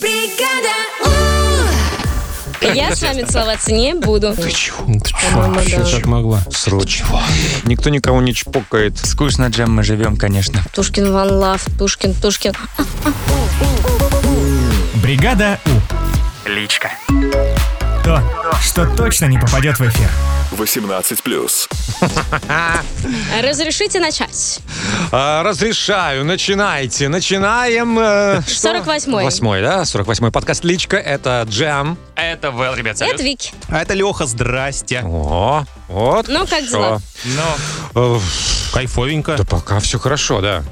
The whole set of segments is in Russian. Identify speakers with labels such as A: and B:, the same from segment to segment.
A: Бригада У! Я с вами целоваться не буду.
B: Ты чего?
C: Ты чё, вообще
A: да.
C: как могла?
B: Срочно. Никто никого не чпокает.
D: Скучно, Джем, мы живем, конечно.
A: Тушкин Ван Лав, Тушкин, Тушкин.
E: Бригада У.
D: Личка.
E: То, что точно не попадет в эфир.
F: 18 плюс.
A: Разрешите начать.
B: А, разрешаю, начинайте. Начинаем. э, что?
A: 48-й.
B: Восьмой, да? 48-й подкаст «Личка». Это Джем.
D: Это Вэл, ребят, салют.
A: Это Вики.
G: А это Леха, здрасте.
B: О, вот.
A: Ну, как дела?
B: Э,
G: Кайфовенько.
B: Да пока все хорошо, да.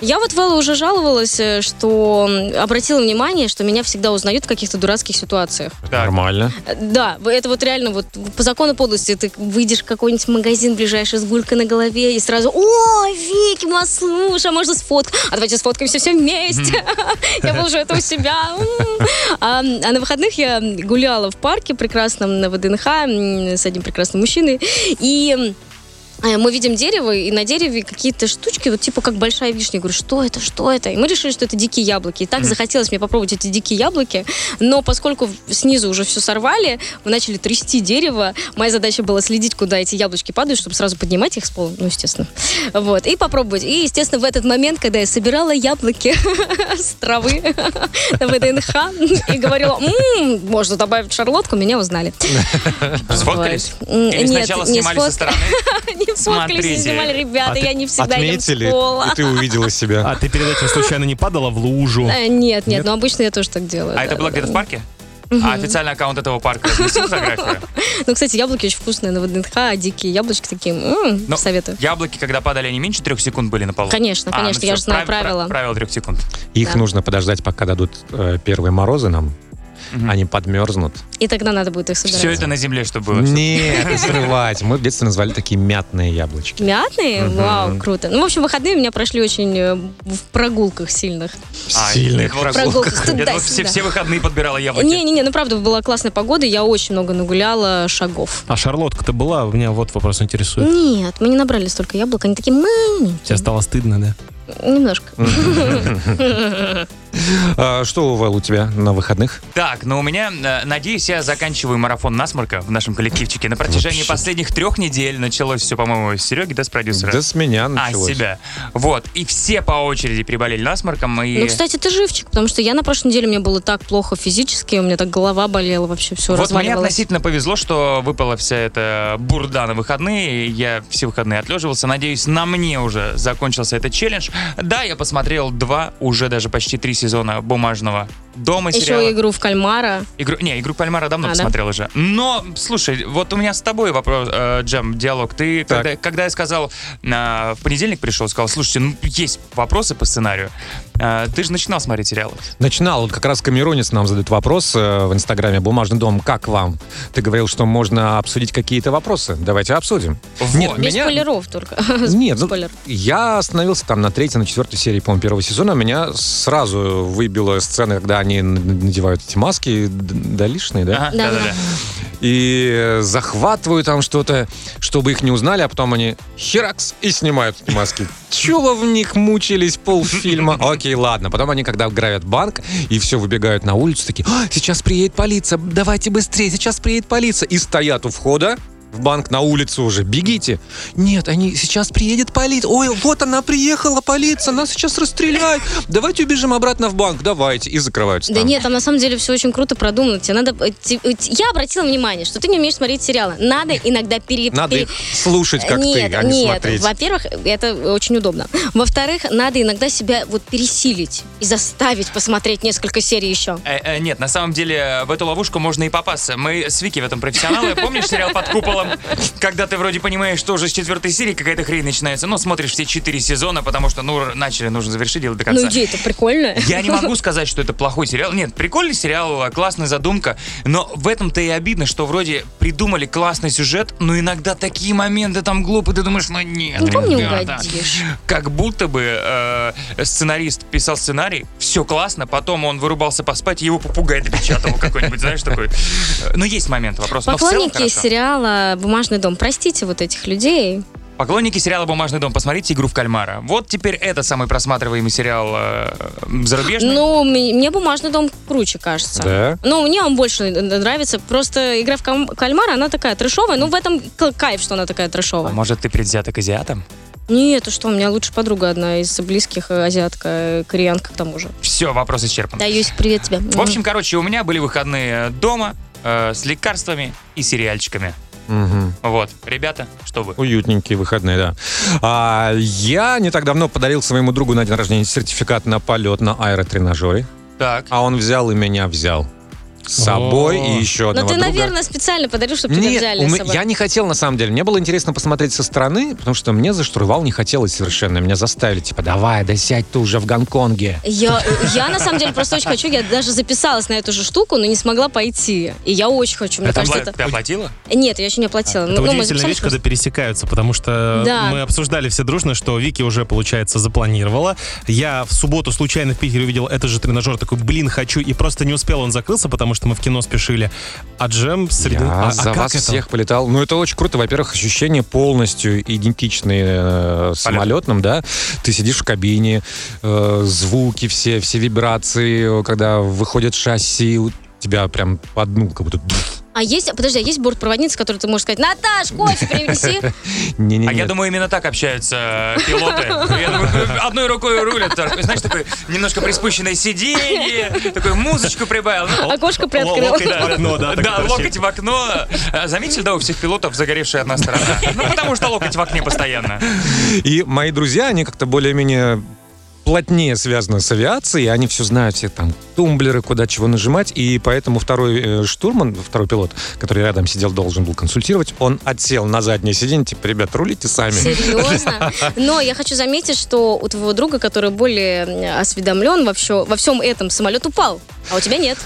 A: Я вот Вэлла уже жаловалась, э, что м, обратила внимание, что меня всегда узнают в каких-то дурацких ситуациях.
B: Нормально.
A: Э, Да, в- это вот реально вот по закону подлости ты выйдешь в какой-нибудь магазин ближайший с гулькой на голове и сразу «О, Вики, Маслуш, а можно сфоткать? А давайте сфоткаемся все вместе!» Я был уже это у себя. М. А а на выходных я гуляла в парке прекрасном на ВДНХ м, с одним прекрасным мужчиной. И м, э, мы видим дерево, и на дереве какие-то штучки, вот типа как большая вишня. Я говорю, что это, что это? И мы решили, что это дикие яблоки. И так захотелось мне попробовать эти дикие яблоки. Но поскольку в- снизу уже все сорвали, мы начали трясти дерево. Моя задача была следить, куда эти яблочки падают, чтобы сразу поднимать их с пола. Ну, естественно. Вот. И попробовать. И, естественно, в этот момент, когда я собирала яблоки с травы на ВДНХ и говорила, «М, можно добавить шарлотку, меня узнали.
D: Сфоткались?
A: Вот. М,
D: Или
A: нет,
D: сначала
A: не
D: снимали со
A: сфотк-
D: стороны?
A: Не сфоткались, не
D: Смотрите.
A: снимали, ребята,
G: От-
A: я не всегда ем с
B: Отметили,
A: пола.
B: и ты увидела себя.
G: А ты перед этим случайно не падала в лужу?
A: Э, Нет, нет, но обычно я тоже так делаю.
D: А это
A: да,
D: было
A: да,
D: где-то
A: да.
D: в парке? А официальный аккаунт этого парка разместил фотографию?
A: Ну, кстати, яблоки очень вкусные на ВДНХ, а дикие яблочки такие, м,
D: Но
A: советую.
D: Яблоки, когда падали, они меньше трех секунд были на полу?
A: Конечно,
D: А, Ну, ну
A: конечно, я
D: всё,
A: же знаю
D: прав-
A: правила.
D: прав- Правило трех секунд.
B: Их
A: Да.
B: нужно подождать, пока дадут э, первые морозы нам.
D: Мгм.
B: Они подмерзнут.
A: И тогда надо будет их
D: Все
A: собирать.
D: это на земле, что было. всё.
B: Нет, не срывать. Мы в детстве назвали такие мятные яблочки.
A: Мятные? Вау, круто. Ну, в общем, выходные у меня прошли очень э, в прогулках сильных.
D: А,
B: Сильных
D: я думал,
A: прогулках.
D: Я думал, все
A: Туда-сюда.
D: все выходные подбирала яблоки.
A: Не-не-не, ну правда, была классная погода, я очень много нагуляла шагов.
G: А шарлотка-то была? У меня вот вопрос интересует.
A: Нет, мы не набрали столько яблок, они такие маленькие.
G: Тебе стало стыдно, да?
A: Немножко.
B: А, Что, Вэл, у тебя на выходных?
D: Так, но у меня, э, надеюсь, я заканчиваю марафон насморка в нашем коллективчике. На протяжении последних трех недель началось все, по-моему, с Сереги, да, с продюсера?
B: Да с меня
D: А, с
B: началось.
D: тебя. Вот. И все по очереди переболели насморком. И...
A: Ну, кстати, ты живчик, потому что я на прошлой неделе, мне было так плохо физически, у меня так голова болела вообще, все
D: вот мне
A: разваливалось.
D: относительно повезло, что выпала вся эта бурда на выходные. и Я все выходные отлеживался. Надеюсь, на мне уже закончился этот челлендж. Да, я посмотрел два, уже даже почти три сезона бумажного дома сериала.
A: Еще игру в кальмара.
D: Игру, не, игру Пальмара давно
A: А, да?
D: посмотрел уже. Но, слушай, вот у меня с тобой вопрос, э, Джем, диалог. Ты,
B: Так.
D: когда, когда я сказал, э, в понедельник пришел, сказал, слушайте, ну, есть вопросы по сценарию. Э, ты же начинал смотреть сериалы.
B: Начинал, вот как раз Камеронец нам задает вопрос э, в Инстаграме «Бумажный дом, как вам?» Ты говорил, что можно обсудить какие-то вопросы. Давайте обсудим.
D: Вот.
A: Без
B: меня-
A: спойлеров только.
B: Нет, ну,
A: Спойлер.
B: я остановился там на третьей, на четвертой серии, по-моему, первого сезона. Меня сразу выбила сцена, когда они н- надевают эти маски д- долишные, да?
D: Ага,
A: Да-да.
D: да-да-да.
B: И э, захватывают там что-то, чтобы их не узнали, а потом они херакс и снимают эти маски. Чего вы в них мучились полфильма? Окей, ладно. Потом они, когда гравят банк, и все, выбегают на улицу, такие, «А, сейчас приедет полиция, давайте быстрее, сейчас приедет полиция. И стоят у входа, в банк на улицу уже, бегите. Нет, они сейчас приедет полиция. Ой, вот она приехала, полиция, нас сейчас расстреляют. Давайте убежим обратно в банк, давайте. И закрываются
A: Да
B: там.
A: нет, там на самом деле все очень круто продумано. Тебе надо... э, ти- э, ти- Я обратила внимание, что ты не умеешь смотреть сериалы. Надо иногда пере...
B: Надо
A: пере-
B: их слушать, как
A: Э, нет,
B: ты, а не
A: нет.
B: смотреть.
A: Во-первых, это очень удобно. Во-вторых, надо иногда себя вот пересилить и заставить посмотреть несколько серий Ну, еще.
D: Э, э, нет, на самом деле э, в эту ловушку можно и попасться. Мы с Вики в этом профессионалы. Помнишь сериал «Под куполом»? Когда ты вроде понимаешь, что уже с четвертой серии какая-то хрень начинается, но смотришь все четыре сезона, потому что, ну, начали, нужно завершить дело до конца.
A: Ну, идея-то прикольная.
D: Я не могу сказать, что это плохой сериал. Нет, прикольный сериал, а, классная задумка. Но в этом-то и обидно, что вроде придумали классный сюжет, но иногда такие моменты там глупые, ты думаешь, ну нет.
A: Никому не
D: ребята.
A: угодишь.
D: Как будто бы э, сценарист писал сценарий, все классно, потом он вырубался поспать, и его попугай допечатал какой-нибудь, знаешь, такой. Э, Ну, есть момент, вопрос. Но в целом
A: Поклонники
D: хорошо.
A: сериала «Бумажный дом», простите вот этих людей.
D: Поклонники сериала «Бумажный дом», посмотрите «Игру в кальмара». Вот теперь это самый просматриваемый сериал э, зарубежный.
A: Ну, мне мне бумажный дом круче кажется.
B: Да?
A: Ну, мне он больше н- нравится. Просто игра в кам- кальмара, она такая трешовая. Ну, в этом к- кайф, что она такая
D: А
A: трешовая.
D: может, ты предвзята к азиатам?
A: Нет, ты что, у меня лучшая подруга одна из близких, э, азиатка, э, кореянка к тому же.
D: Все, вопрос исчерпан.
A: Да, Юсик, привет тебе.
D: В общем, короче, у меня были выходные дома э, с лекарствами и сериальчиками.
B: Мгм.
D: Вот, ребята, что вы?
B: Уютненькие выходные, да. А, я не так давно подарил своему другу на день рождения сертификат на полет на аэротренажере.
D: Так.
B: А он взял и меня взял. С собой
G: О.
B: и еще
A: Но
B: одного
A: Ну, ты,
B: друга.
A: наверное, специально подарил, чтобы тебя
B: Нет,
A: взяли
B: у
A: с
B: ме-
A: собой.
B: я не хотел на самом деле. Мне было интересно посмотреть со стороны, потому что мне за штурвал не хотелось совершенно. Меня заставили, типа, давай, да сядь ты уже в Гонконге.
A: Я, я, на самом деле просто очень хочу, я даже записалась на эту же штуку, но не смогла пойти. И я очень хочу, мне
D: Это
A: кажется,
D: пла-
A: это...
D: Ты оплатила?
A: Нет, я еще не оплатила.
G: А, Это
A: Ну, мы
G: удивительная
A: записались
G: вещь, когда пересекаются, потому что
A: Да.
G: мы обсуждали все дружно, что Вики уже, получается, запланировала. Я в субботу случайно в Питере увидел этот же тренажер, такой, блин, хочу, и просто не успел, он закрылся, потому что мы в кино спешили. А Джем среди...
B: Я
G: а, а
B: за
G: как
B: вас
G: это?
B: всех полетал. Ну, это очень круто. Во-первых, ощущения полностью идентичные э, самолетным, да. Ты сидишь в кабине, э, звуки все, все вибрации, э, когда выходит шасси, у тебя прям по дну как будто...
A: А есть, подожди, а есть бортпроводница, которой ты можешь сказать, Наташ, кофе принеси?
B: не
D: А я думаю, именно так общаются э, пилоты. Я думаю, э, одной рукой рулят, второй- знаешь, такое немножко приспущенное сиденье, такой музычку прибавил. Ну,
A: Окошко
G: Л-
A: приоткрыл.
G: локоть в окно, да, так
D: Да,
G: торчит.
D: локоть в окно. А, Заметили, да, у всех пилотов загоревшая одна сторона? Ну, потому что локоть в окне постоянно.
B: И мои друзья, они как-то более-менее плотнее связаны с авиацией, они все знают, все там тумблеры, куда чего нажимать, и поэтому второй э, штурман, второй пилот, который рядом сидел, должен был консультировать, он отсел на заднее сиденье, типа, ребят, рулите сами.
A: Серьезно? Но я хочу заметить, что у твоего друга, который более м, осведомлен во, всё- во всем этом, самолет упал, а у тебя нет.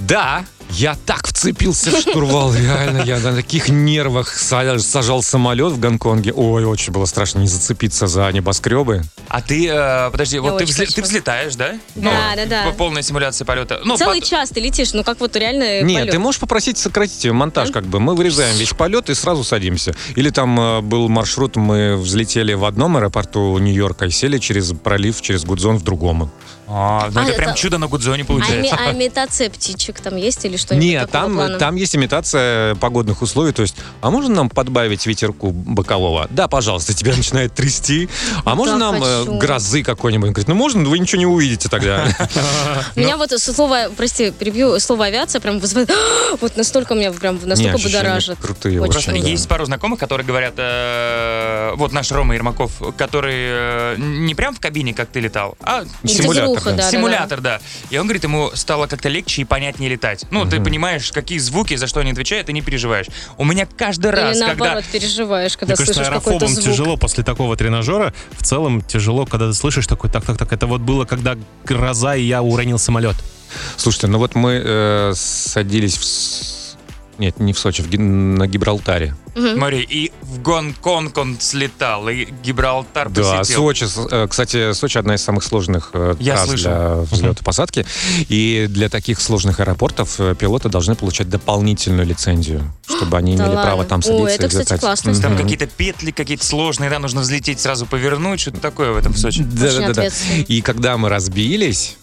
B: Да, я так вцепился в штурвал, реально, я на таких нервах са- сажал самолет в Гонконге. Ой, очень было страшно не зацепиться за небоскребы.
D: А ты, э, подожди, вот ты,
A: очень
D: взле-
A: хочу.
D: ты взлетаешь, да? Ну,
A: Да, да, да.
D: По полной симуляции полета. Ну,
A: Целый
D: под-
A: час ты летишь, ну как вот реально
B: Нет,
A: полет.
B: ты можешь попросить сократить её монтаж, как бы мы вырезаем весь полет и сразу садимся. Или там э, был маршрут, мы взлетели в одном аэропорту Нью-Йорка и сели через пролив, через Гудзон в другом.
D: А, ну
A: А,
D: это
A: это-
D: прям чудо на Гудзоне
A: А, ми-
D: получается.
A: а имитация птичек там есть или что-нибудь
B: Нет,
A: такого
B: там,
A: плана?
B: там есть имитация погодных условий, то есть, а можно нам подбавить ветерку бокового? Да, пожалуйста, тебя начинает трясти. А можно
A: Ну Да,
B: нам э,
A: хочу.
B: грозы какой-нибудь? Он Говорит, ну можно, но вы ничего не увидите тогда.
A: Меня
B: ну
A: вот слово, прости, перебью, слово авиация прям вызывает, вот настолько меня прям
B: Не,
A: настолько
B: ощущения
A: будоражит.
B: крутые
A: Очень.
B: очень,
D: Просто
A: Да.
D: есть пару знакомых, которые говорят, э, вот наш Рома Ермаков, который э, не прям в кабине, как ты летал, а
A: И
B: Симулятор,
A: физруха,
B: да.
A: да, да, да.
D: симулятор, да. И он говорит, ему стало как-то легче и понятнее летать. Ну, ты понимаешь, какие звуки, за что они отвечают, и не переживаешь. У меня каждый раз,
A: Или
D: когда...
A: наоборот переживаешь, когда
G: Мне кажется,
A: слышишь какой-то
G: аэрофобам
A: звук.
G: тяжело после такого тренажера. В целом тяжело, когда ты слышишь такой, так-так-так, это вот было, когда гроза, и я уронил самолет.
B: Слушайте, ну вот мы э, садились в... С- Нет, не в Сочи, в Ги- на Гибралтаре.
D: Смотри, и в Гонконг он слетал, и Гибралтар
B: Да,
D: А посетил.
B: Сочи, с- э, кстати, Сочи одна из самых сложных э,
D: Я
B: трасс
D: слышал.
B: для взлета и посадки. И для таких сложных аэропортов э, пилоты должны получать дополнительную лицензию, чтобы они
A: Да
B: имели
A: ладно.
B: право там
A: О,
B: садиться
A: это,
B: и
A: кстати,
B: взлетать.
A: классно.
B: Мгм.
D: Там какие-то петли какие-то сложные, да, нужно взлететь, сразу повернуть, что-то такое в этом в Сочи.
B: Да,
A: Очень
B: да, да, да.
A: ответственно.
B: И когда мы разбились,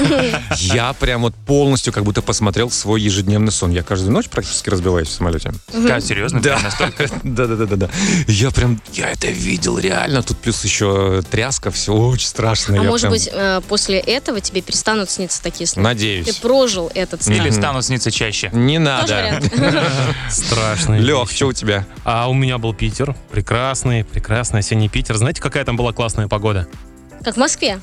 B: я прям вот полностью как будто посмотрел свой ежедневный сон. Я каждую ночь практически разбиваюсь в самолете.
D: Да, серьезно?
B: Да.
D: прям настолько?
B: Да, да, да, да, да. Я прям, я это видел реально. Тут плюс еще тряска, все очень страшно.
G: Ну,
A: А
B: Я
A: может
B: прям
A: быть, э, после этого тебе перестанут сниться такие сны? Ты
B: Надеюсь.
A: прожил этот сон.
D: Или станут сниться чаще.
B: Не
A: Тоже
B: надо.
A: вариант.
G: Страшно.
B: Лех, что у тебя?
G: А у меня был Питер. Прекрасный, прекрасный осенний Питер. Знаете, какая там была классная погода?
A: Как в Москве.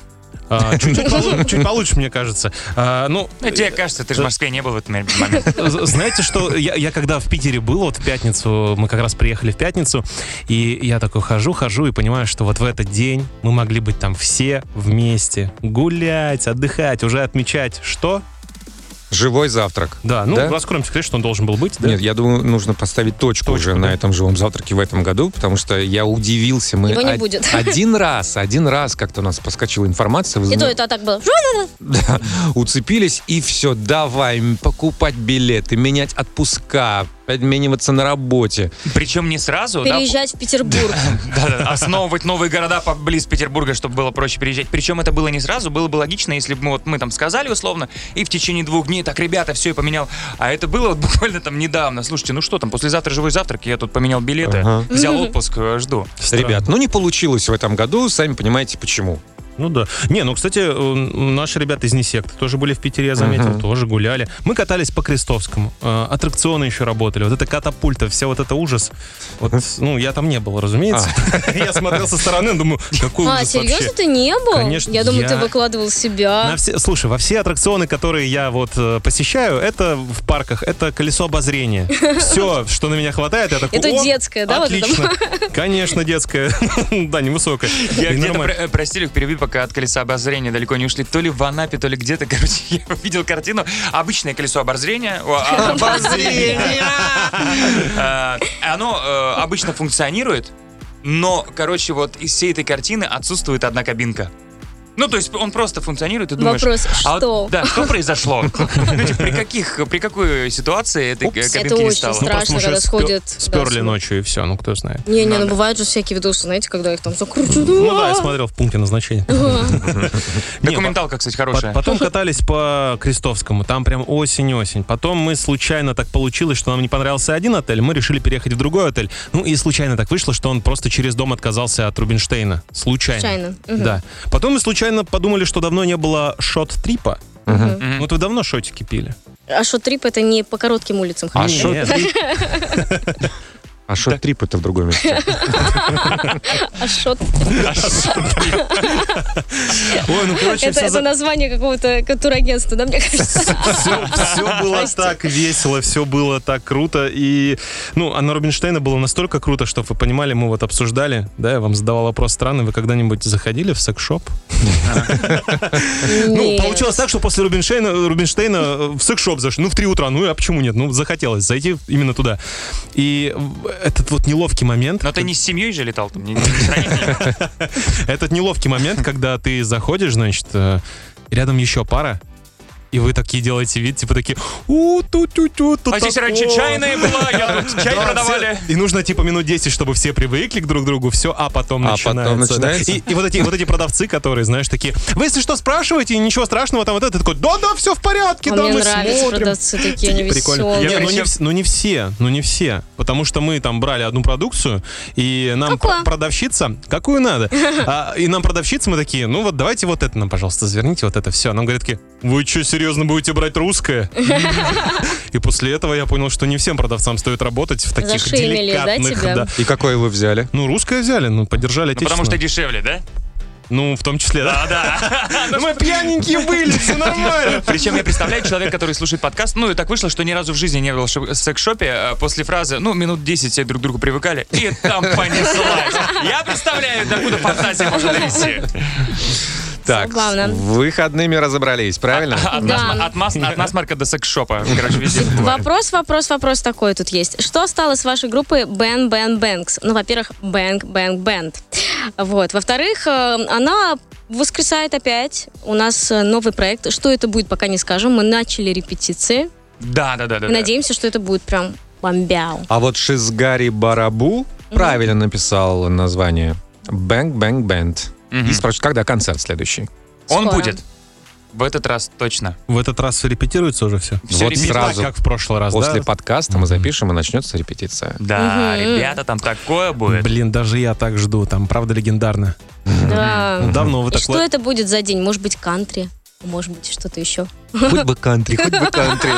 G: А, Чуть-чуть полу- чуть получше, мне кажется. А, Ну,
D: Ну, тебе кажется, ты же в Москве не был в этот момент.
G: З- Знаете, что я, я когда в Питере был, вот в пятницу, мы как раз приехали в пятницу, и я такой хожу, хожу и понимаю, что вот в этот день мы могли быть там все вместе, гулять, отдыхать, уже отмечать, что?
B: Живой завтрак.
G: Да, ну,
B: Да?
G: раскроем секрет, что он должен был быть, да?
B: Нет, я думаю, нужно поставить точку,
G: Точку,
B: уже
G: да.
B: на этом живом завтраке в этом году, потому что я удивился. Мы
A: Его не
B: од-
A: будет.
B: Один раз, один раз как-то у нас поскочила информация. вы
A: И то,
G: Ну,
B: зна-
A: и то так было.
B: уцепились, и все, давай м, покупать билеты, менять отпуска, обмениваться на работе.
D: Причем не сразу, да,
A: Переезжать в Петербург.
D: Да-да, основывать новые города поблиз Петербурга, чтобы было проще переезжать. Причем это было не сразу, было бы логично, если бы мы вот мы там сказали условно, и в течение двух дней так, ребята, все, я поменял. А это было вот буквально там недавно. Слушайте, ну что там, послезавтра живой завтрак, я тут поменял билеты,
B: Ага.
D: взял отпуск, э, жду.
B: Ребят, ну не получилось в этом году, сами понимаете почему.
G: Ну да. Не, ну, кстати, э, наши ребята из Несекты тоже были в Питере, я заметил, тоже гуляли. Мы катались по Крестовскому. Э, Аттракционы еще работали. Вот это катапульта, вся вот это ужас. Вот, ну, я там не был, разумеется.
D: А.
G: Я смотрел со стороны, думаю, какой
A: А,
G: ужас вообще.
A: серьезно, ты не был?
G: Конечно,
A: Я думаю, ты
G: я-
A: выкладывал
G: На
A: себя.
G: все- слушай, во все аттракционы, которые я вот э, посещаю, это в парках, это колесо обозрения. Все, что на меня хватает, я такой,
A: Это
G: «О,
A: детское, да, вот это?»
G: Отлично. Конечно, детское. Да, невысокое.
D: Я
G: И
D: где-то,
G: нормально.
D: про- э, прости, Люк, перебью, пока от колеса обозрения далеко не ушли. То ли в Анапе, то ли где-то, короче, я увидел картину. Обычное колесо обозрения. О, а- Обозрения! Э, Оно э, обычно функционирует, но, короче, вот из всей этой картины отсутствует одна кабинка. Ну, то есть он просто функционирует, и думаешь...
A: Вопрос,
D: а вот,
A: что?
D: да, что произошло? Ну, типа, При каких, при какой ситуации этой э,
A: Упс,
D: кабинки
A: это
D: не
A: очень
D: стало?
A: страшно,
G: Ну, Просто мы
A: когда
G: сейчас
A: сходят, да,
G: Сперли
A: с-
G: ночью, и все, ну кто знает.
A: Не, не, ну бывают же всякие видосы, знаете, когда их там закручивают.
G: Ну да, я смотрел в пункте назначения. Не, по-
D: Документалка, кстати,
G: по-
D: хорошая.
G: Потом катались по Крестовскому, там прям осень-осень. Потом мы случайно так получилось, что нам не понравился один отель, мы решили переехать в другой отель. Ну и случайно так вышло, что он просто через дом отказался от Рубинштейна. Случайно.
A: Случайно, мгм.
G: Да. Потом мы случайно подумали, что давно не было шот-трипа.
D: Мгм.
G: Вот вы давно шотики пили?
A: А шот-трип это не по коротким улицам.
B: А
A: ходить.
B: шот- А шорт-трип это в другом месте.
A: А шот
G: Ну, Ой, ну короче,
A: это,
G: все,
A: это название какого-то турагентства, да, мне кажется?
G: было так весело, все было так круто. И, ну, а на Рубинштейна было настолько круто, что вы понимали, мы вот обсуждали, да, я вам задавал вопрос страны, вы когда-нибудь заходили в секшоп? Ну,
A: Нет.
G: получилось так, что после Рубинштейна, Рубинштейна э, в секшоп зашли. Ну, в 3 утра. Ну, а почему нет? Ну, захотелось зайти именно туда. И э, этот вот неловкий момент.
D: Но ты не с семьей же летал там? не- не с родителями?
G: Этот неловкий момент, когда ты заходишь, значит, э, рядом еще пара, и вы такие делаете вид, типа такие, у ту ту ту
D: А здесь раньше чайная была, я тут чай продавали.
G: И нужно типа минут 10, чтобы все привыкли к друг другу, все, а потом
B: А потом
G: начинается. да.
B: начинается?
G: И, и вот, эти, вот эти продавцы, которые, знаешь, такие, вы если что спрашиваете, ничего страшного, там вот это, ты такой, да-да, все в порядке,
A: А
G: да,
A: мне
G: мы
A: нравятся
G: смотрим.
A: продавцы такие, они
G: Прикольно.
A: веселые.
G: Не, ну,
D: причем-
G: не, вс- ну не все, ну не все. Потому что мы там брали одну продукцию, и нам
A: Какую?
G: пр- продавщица, какую надо, А, и нам продавщица, мы такие, ну вот давайте вот это нам, пожалуйста, заверните вот это все. Нам говорят такие, вы что, серьезно будете брать русское? И после этого я понял, что не всем продавцам стоит работать в таких
A: Зашеймили, да,
G: деликатных...
A: тебя?
G: да.
B: И какой вы взяли?
G: Ну, русское взяли, ну, поддержали
D: Ну, потому что
G: отечественное.
D: дешевле, да?
G: Ну, в том числе, да.
D: да.
G: Ну, Мы пьяненькие были, все нормально.
D: Причем я представляю, человек, который слушает подкаст, ну и так вышло, что ни разу в жизни не был в шо- секс-шопе, а после фразы, ну, минут 10 все друг к другу привыкали, и там понеслась. Я представляю, докуда фантазия может дойти.
B: Так,
A: Забавно.
B: с выходными разобрались, правильно?
D: От
A: Да.
D: нас- от мас- От нас марка до секс-шопа. Короче, везде.
A: Вопрос, вопрос, вопрос такой тут есть. Что стало с вашей группой Бен Бен Бэнкс? Ну, во-первых, Бэнк Бэнк Бэнд. Вот. Во-вторых, э, она воскресает опять. У нас э, новый проект. Что это будет, пока не скажем. Мы начали репетиции.
D: Да, да, да, да.
A: И надеемся, что это будет прям бомбяу.
B: А вот Шизгари Барабу правильно написал название. Бэнк Бэнк Бэнд.
D: Мгм.
B: И спрашивают, когда концерт следующий?
D: Он
A: Скоро.
D: будет. В этот раз точно.
G: В этот раз все репетируется уже все.
D: Всё
B: Вот
D: репетит-
B: сразу.
G: Как в прошлый раз, да?
B: После подкаста мы запишем, и начнется репетиция.
D: Да, ребята, там такое будет.
G: Блин, даже я так жду. Там правда легендарно.
A: Да.
G: Давно вы
A: И
G: так
A: что это будет за день? Может быть, кантри? Может быть, что-то еще.
B: Хоть бы кантри, хоть бы кантри.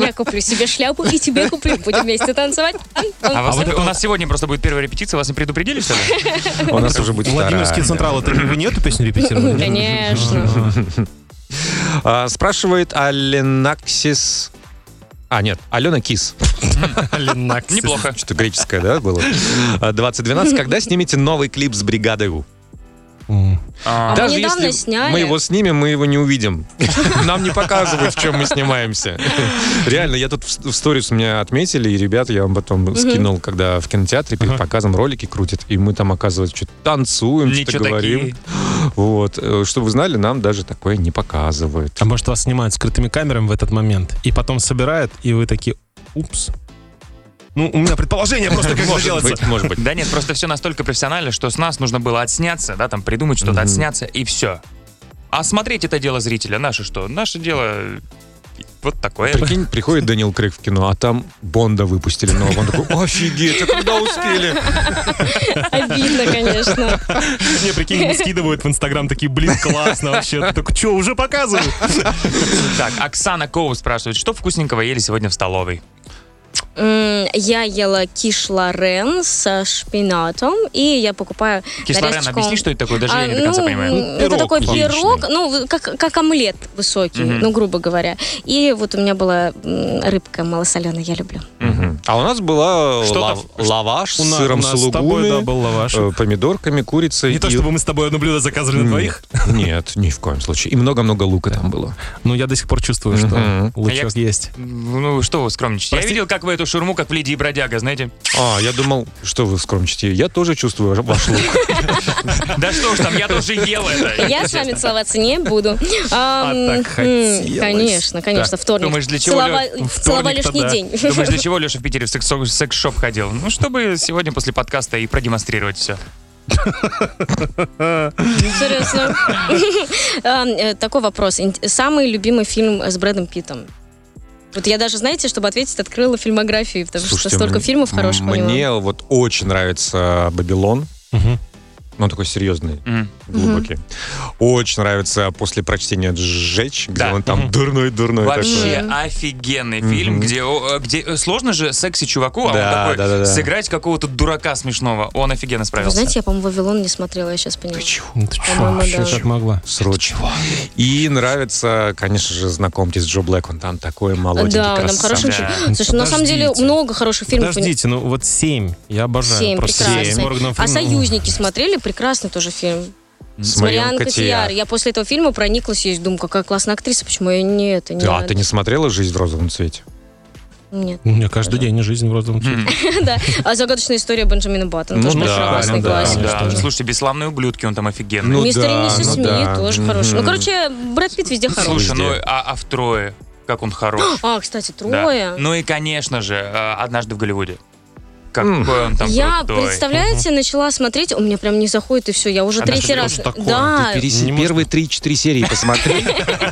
A: Я куплю себе шляпу и тебе куплю. Будем вместе танцевать.
D: А вас-
G: А вот это
D: у нас сегодня просто будет первая репетиция, вас не предупредили, что ли?
B: У нас уже будет
G: Владимирский
B: вторая.
G: Централ, это вы не эту песню репетировали?
A: Конечно.
B: А, Спрашивает Аленаксис... А, нет, Алена Кис.
G: Ленакс.
D: Неплохо.
B: Что-то греческое, да, было? А, 2012. Когда снимете новый клип с бригадой У?
G: М.
D: А,
A: мы недавно сняли.
B: мы его снимем, мы его не увидим. Нам не показывают, в чем мы снимаемся. Реально, я тут в в сторис меня отметили, и ребята, я вам потом скинул, когда в кинотеатре перед показом ролики крутят, и мы там, оказывается, что-то танцуем, что-то
D: Ничего такие.
B: говорим. Вот. Э, Чтобы вы знали, нам даже такое не показывают.
G: А может, вас снимают скрытыми камерами в этот момент, и потом собирают, и вы такие, упс. Ну, у меня предположение просто, как это
B: Может
G: делается.
B: быть, может быть.
D: Да нет, просто все настолько профессионально, что с нас нужно было отсняться, да, там придумать что-то, отсняться, и все. А смотреть это дело зрителя. Наше что? Наше дело э, вот такое.
B: Прикинь, приходит Данил Крейг в кино, а там Бонда выпустили нового. Он такой, офигеть, а когда успели?
A: Обидно, конечно.
G: Не, прикинь, ему скидывают в Инстаграм такие, блин, классно вообще. Ты Такой, что, уже показывают?
D: Так, Оксана Коу спрашивает, что вкусненького ели сегодня в столовой?
A: М, Я ела киш лорен со шпинатом, и я покупаю
D: Кислорен,
A: нарезочку-
D: объясни, что это такое, даже я
A: А,
D: не до конца
A: ну,
D: понимаю.
A: Это
G: Пирог
A: такой
G: яичный.
A: пирог, ну, как, как омлет высокий,
D: Мгм.
A: ну, грубо говоря. И вот у меня была м, рыбка малосоленая, я люблю.
B: А у нас была
D: Что-то
B: лав-
D: в-
B: лаваш
G: У
B: с
G: на-
B: сыром
G: у нас с тобой, да,
B: сулугуни,
G: был лаваш.
B: э, помидорками, курицей.
G: Не то,
B: и-
G: чтобы мы с тобой одно блюдо заказывали на двоих.
B: Нет, ни в коем случае. И много-много лука там было.
G: Но я до сих пор чувствую,
B: Мгм.
G: что
D: А я,
G: лучок
D: кстати,
G: есть.
D: Ну, что вы скромничаете?
G: Прости-
D: Я видел, как вы эту шурму, как в «Леди и бродяга», знаете?
B: А, я думал, что вы скромчите. Я тоже чувствую ваш лук.
D: Да что ж там, я тоже ел это.
A: Я с вами целоваться не буду. А
G: так
A: м,
G: хотелось.
A: Конечно, конечно,
D: Так,
A: вторник.
D: думаешь, для чего,
A: Целова-
D: Лёль?
G: Вторник-то
A: Целовали лишний
G: да.
A: день.
D: Думаешь, для чего Леша в Питере в секс- секс-шоп ходил? Ну, чтобы сегодня после подкаста и продемонстрировать все.
A: Серьезно. А, э, Такой вопрос. Ин- Самый любимый фильм с Брэдом Питтом? Вот я даже, знаете, чтобы ответить, открыла фильмографию, потому что
B: Слушайте,
A: столько
B: мне-
A: фильмов хороших у него.
B: Мне вот очень нравится «Бабилон».
G: Мгм.
B: Он такой серьезный,
D: М.
B: глубокий. Очень нравится после прочтения «Сжечь», где
D: Да.
B: он там дурной-дурной.
D: Вообще офигенный фильм, где, о, где э, сложно же секси-чуваку, а
B: Да,
D: он такой,
B: да, да, да.
D: сыграть какого-то дурака смешного. Он офигенно
A: Вы
D: справился.
A: знаете, я, по-моему, «Вавилон» не смотрела, я сейчас поняла.
G: Ну Ты чё,
A: По-моему,
G: вообще
A: да.
G: как могла?
B: Срочно. И нравится, конечно же, знакомьтесь, Джо Блэк, он там такой молоденький
A: Да, там
B: красавчик.
A: хороший
D: Да.
A: фильм. Слушай, ну, на самом деле
G: Подождите.
A: много хороших фильмов. у них.
G: Подождите, ну вот семь. Я обожаю.
A: Семь,
G: просто
A: прекрасный.
G: «Семь». Морган
A: А
B: ну.
G: Фриман.
A: «Союзники» смотрели? Прекрасный тоже фильм. С Мариан Котияр. Я после этого фильма прониклась, я думаю, какая классная актриса, почему я не это не...
B: Да, ты не смотрела «Жизнь в розовом цвете»?
A: Нет.
G: У меня каждый день жизнь в розовом цвете.
A: Да. А загадочная история Бенджамина Баттона.
B: Ну
A: Тоже
B: да,
A: прекрасный
B: ну да,
A: классик.
D: Да,
G: Что же.
D: слушайте, бесславные ублюдки, он там офигенный.
B: Ну
A: Мистер
B: да,
A: и миссис
B: ну
A: Смит
B: да.
A: тоже
B: Мгм.
A: хороший. Ну, короче, Брэд Питт везде хороший.
D: Слушай, ну
B: везде.
D: а, а в трое, как он хорош.
A: А, кстати,
D: Да.
A: трое.
D: Ну и, конечно же, э, однажды в Голливуде. Какой он там
A: Я,
D: крутой.
A: представляете, начала смотреть, у меня прям не заходит, и все, я уже
G: А
A: третий
G: даже
A: раз.
G: тоже такое?
A: Да,
B: Ты переси
G: Не может-
B: первые 3-4 серии посмотри,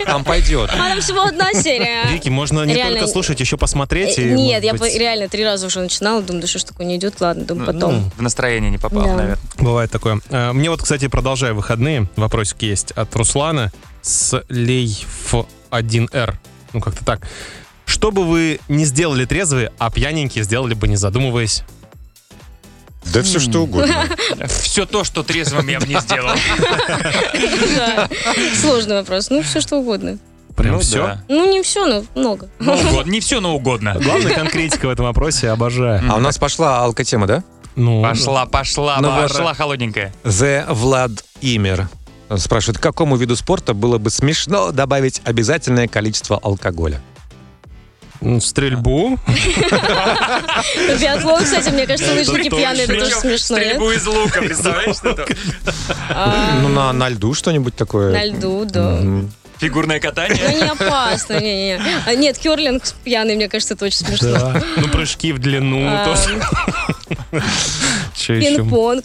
B: там пойдет.
A: а там всего одна серия.
G: Вики, можно не
A: Реально.
G: только слушать, еще посмотреть.
A: Э,
G: и,
A: Нет, я
G: может
A: по-
G: быть,
A: реально три раза уже начинала, думаю, да что ж такое не идет, ладно,
D: Ну,
A: думаю, потом.
D: В настроение не попал,
A: Да.
D: наверное.
G: Бывает такое. Э, Мне вот, кстати, продолжая выходные, вопросик есть от Руслана с Лейф1Р. Ну, как-то так. Что бы вы не сделали трезвые, а пьяненькие сделали бы, не задумываясь?
B: Да все что угодно.
D: Все то, что трезвым я бы не сделал.
A: Да. Сложный вопрос. Ну, все что угодно.
G: Прям
D: Ну
G: все?
D: да.
A: Ну, не все, но много.
D: Ну, угодно. Не все, но угодно.
G: Главное, конкретика в этом вопросе обожаю.
B: А у нас пошла алкотема, да?
G: Ну,
D: Пошла, пошла,
B: Ну,
D: пошла
B: вот-
D: холодненькая.
B: The Vlad Imer спрашивает, к какому виду спорта было бы смешно добавить обязательное количество алкоголя?
G: м, стрельбу.
A: Биатлон, кстати, мне кажется, лыжники
G: точно.
A: пьяные, это тоже
D: Причем
A: смешно, нет?
D: Стрельбу из лука, представляешь? что это?
A: А,
B: Ну, на, на льду что-нибудь такое.
A: На льду, да.
B: Мгм.
D: Фигурное
A: Ну,
D: катание.
A: не опасно, не-не. А, Нет, керлинг пьяный, мне кажется, это очень смешно.
G: Да. Ну, прыжки в длину
A: А,
G: тоже. Че еще?
A: Пинг-понг.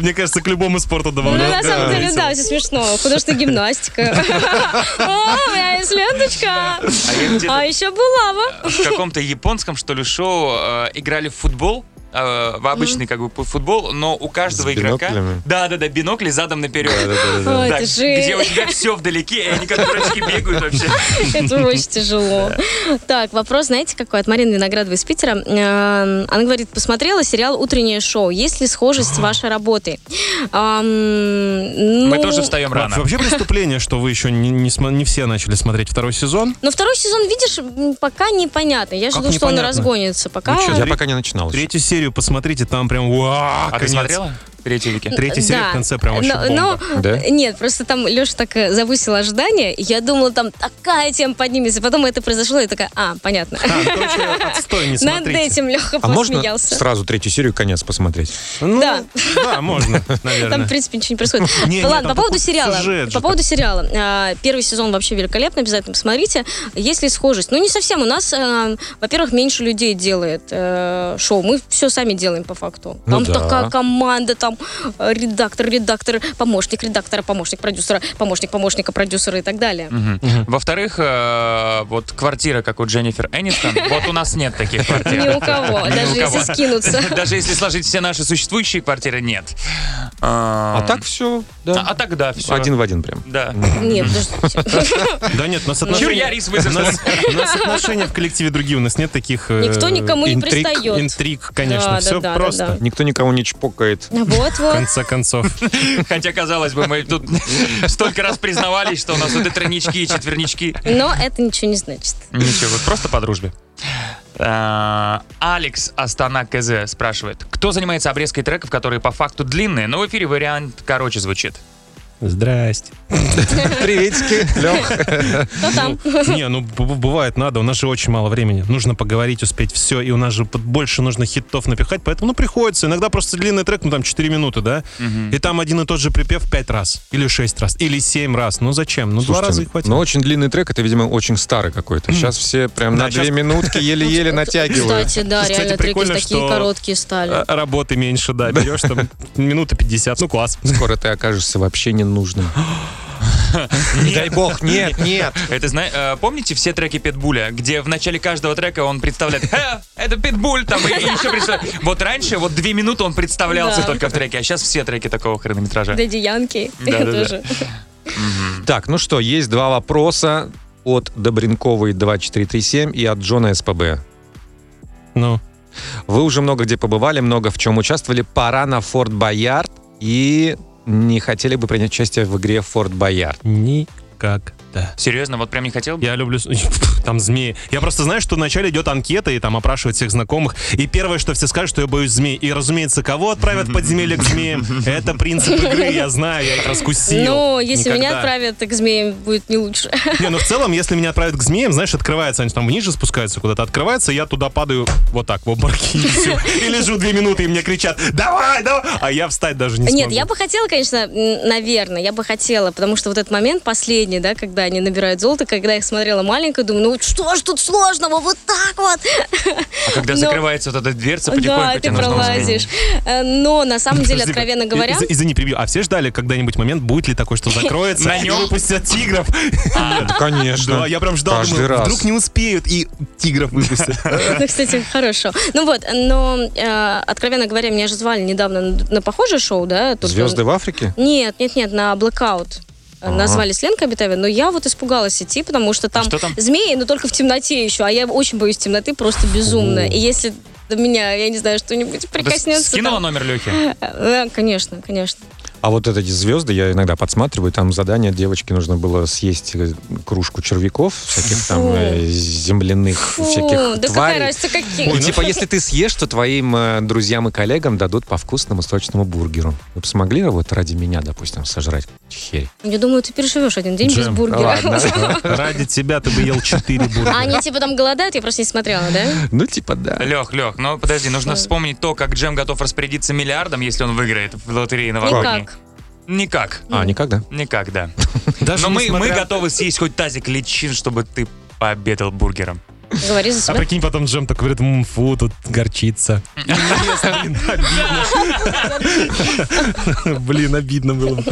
G: Мне кажется, к любому спорту
A: Ну,
G: добавляют.
A: на самом деле, да, все смешно. Художественная гимнастика. О, у меня есть ленточка.
D: А я где-то
A: А еще булава.
D: в каком-то японском, что ли, шоу э, играли в футбол, э, в обычный как бы футбол, но у каждого
B: С
D: игрока...
B: биноклями?
D: Да-да-да, бинокли задом наперед.
A: Ой,
D: Да,
A: это
D: где у
A: же...
D: тебя все вдалеке, и они как дурачки бегают вообще.
A: Это очень тяжело. Так, вопрос, знаете, какой от Марины Виноградовой из Питера. Эм, Она говорит, посмотрела сериал «Утреннее шоу». Есть ли схожесть с вашей Эм, работой? Мы Ну.
D: Мы тоже встаем
G: Ладно,
D: рано.
G: Вообще преступление, что вы еще не, не смо- не все начали смотреть второй сезон.
A: Но второй сезон, видишь, м, пока непонятно. Я
G: Как
A: жду, что он
G: непонятно?
A: разгонится. Пока
G: Ну чё,
B: Я пока не начинал. еще.
G: Третью серию посмотрите, там прям вау,
D: А ты
G: конец.
D: смотрела? третьей веке.
G: Третья серия
A: Да.
G: в конце прям вообще
A: Но-
G: бомба.
A: но-
B: Да?
A: Нет, просто там Леша так э, завысил ожидания, и я думала, там такая тема поднимется. Потом это произошло, и такая, а, понятно.
G: А, короче, отстой, не
A: Над
G: смотрите.
A: этим Леха
B: А можно
A: посмеялся.
B: сразу третью серию конец посмотреть?
G: Ну,
A: Да.
G: Да, можно,
A: Там, в
G: наверное.
A: принципе, ничего не происходит.
G: Не, не,
A: Ладно,
G: там
A: по поводу
G: такой
A: сериала.
G: сюжет же
A: По поводу сериала. А, Первый сезон вообще великолепно, обязательно посмотрите. Есть ли схожесть? Ну, не совсем. У нас, э, во-первых, меньше людей делает э, шоу. Мы все сами делаем, по факту. Там
B: Ну да.
A: такая команда, там э, редактор, редактор, помощник редактора, помощник продюсера, помощник помощника продюсера и так далее.
D: Мгм. Во-вторых, э, вот квартира, как у Дженнифер Энистон, вот у нас нет таких квартир.
A: Ни у кого,
D: Ни
A: даже
D: у кого.
A: если скинуться.
D: Даже если сложить все наши существующие квартиры, нет.
B: А так все, да.
D: А так да, все.
B: Один в один прям.
D: Да. Ну,
A: Нет, подождите.
G: Да нет, у нас
D: Чур, я
G: отношения...
D: рис
G: У
D: высосал.
G: нас, у нас отношения в коллективе другие, у нас нет таких... э,
A: Никто никому не
G: интриг,
A: пристает.
G: Интриг, конечно,
A: Да, да,
G: все
A: да, да,
G: просто.
A: да.
B: Никто никого не чпокает.
G: В
A: Вот-вот.
G: конце концов.
D: Хотя, казалось бы, мы тут столько раз признавались, что у нас вот и тройнички, и четвернички.
A: Но это ничего не значит.
D: Ничего, просто по дружбе. А, Алекс Астана КЗ спрашивает, кто занимается обрезкой треков, которые по факту длинные, но в эфире вариант короче звучит.
G: Здрасте.
B: Приветики, Лех.
A: Кто там?
G: Не, ну б- б- бывает надо, у нас же очень мало времени. Нужно поговорить, успеть все, и у нас же под- больше нужно хитов напихать, поэтому ну приходится. Иногда просто длинный трек, ну там 4 минуты, да? И там один и тот же припев 5 раз, или 6 раз, или 7 раз. Ну зачем? Ну два раза и хватит.
B: но очень длинный трек, это, видимо, очень старый какой-то. Сейчас все прям
G: Да,
B: на
G: щас-
B: две минутки еле-еле натягивают.
A: Кстати, да,
G: Кстати,
A: реально треки
G: прикольно,
A: такие
G: что-
A: короткие стали.
G: А, Работы меньше, да, берешь там минуты 50, ну класс.
B: Скоро ты окажешься вообще ненужным. Не дай бог, нет, нет.
D: Это зна- э, помните все треки Питбуля, где в начале каждого трека он представляет, «Э, это Питбуль, там и, и еще представляет. Вот раньше, вот две минуты он представлялся
A: Да.
D: только в треке, а сейчас все треки такого хронометража.
A: Дэдди Янки
D: Да-да-да.
A: тоже.
B: Так, ну что, есть два вопроса от Добренковой 2437 и от Джона СПБ.
G: Ну,
B: Вы уже много где побывали, много в чем участвовали. Пора на Форт Боярд и не хотели бы принять участие в игре Форт Боярд.
G: никогда.
D: Серьезно, вот прям не хотел бы?
G: Я люблю... с- Там змеи. Я просто знаю, что вначале идет анкета, и там опрашивают всех знакомых. И первое, что все скажут, что я боюсь змей. И, разумеется, кого отправят в подземелье к змеям? Это принцип игры, я знаю, я их раскусил.
A: Ну, если меня
G: Никогда.
A: отправят, так змеям будет не лучше.
G: Не, ну в целом, если меня отправят к змеям, знаешь, открывается, они там вниз же спускаются куда-то, открывается, я туда падаю вот так, в обморок и всё. И лежу две минуты, и мне кричат, давай, давай, а я встать даже не смогу.
A: Нет, я бы хотела, конечно, м, наверное, я бы хотела, потому что вот этот момент последний, да, когда они набирают золото, когда я их смотрела маленькой, думаю, ну что ж тут сложного, вот так вот.
D: А когда
A: но-
D: закрывается вот эта дверца, потихоньку
A: Да,
D: тебе
A: ты
D: нужно успеть.
A: пролазишь. Э, Но на самом деле,
G: Подожди,
A: откровенно
G: и-
A: говоря,
G: из- Извини, прибью. А все ждали когда-нибудь момент, будет ли такой, что закроется
D: На
G: и
D: нем?
G: выпустят тигров?
B: Да, конечно.
G: Да, я прям ждал,
B: Каждый
G: думаю,
B: раз.
G: вдруг не успеют и тигров выпустят.
A: Ну, кстати, хорошо. Ну вот, но, э, откровенно говоря, меня же звали недавно на- на похожее шоу, да? тут-
B: Звезды в Африке?
A: Нет, нет, нет, на блокаут. Назвали с Ленкой Абитаевой, но я вот испугалась идти, потому что там
D: Что там?
A: змеи, но только в темноте еще, а я очень боюсь темноты, просто безумно. И если до меня, я не знаю, что-нибудь
D: Да
A: прикоснется...
D: Скинула
A: там-
D: номер Лехи.
A: Э, Конечно, конечно.
B: А вот эти звезды, я иногда подсматриваю, там задание девочке нужно было съесть э, кружку червяков, всяких там э, земляных
A: Фу,
B: всяких
A: да какая
B: тварей.
A: разница, какие...
B: И типа, если ты съешь, то твоим э, друзьям и коллегам дадут по вкусному сточному бургеру. Вы бы смогли вот ради меня, допустим, сожрать херь?
A: Я думаю, ты переживешь один день без
G: Джем,
A: бургера.
B: Ладно.
G: Ради тебя ты бы ел 4
A: А
G: бургера.
A: они типа там голодают, я просто не смотрела, да?
B: Ну, типа, да.
D: Лех, Лех, ну подожди, нужно
A: Что?
D: вспомнить то, как Джем готов распорядиться миллиардом, если он выиграет в лотерее новогодней.
A: Никак.
D: Никак.
B: А, никогда.
D: Никак, да.
G: Даже
D: Но мы, мы
G: несмотря-
D: готовы съесть хоть тазик личин, чтобы ты пообедал бургером.
A: Говори за
G: А
A: себя.
G: прикинь, потом Джем такой говорит, «М, фу, тут горчица. Блин, обидно. Блин, обидно было.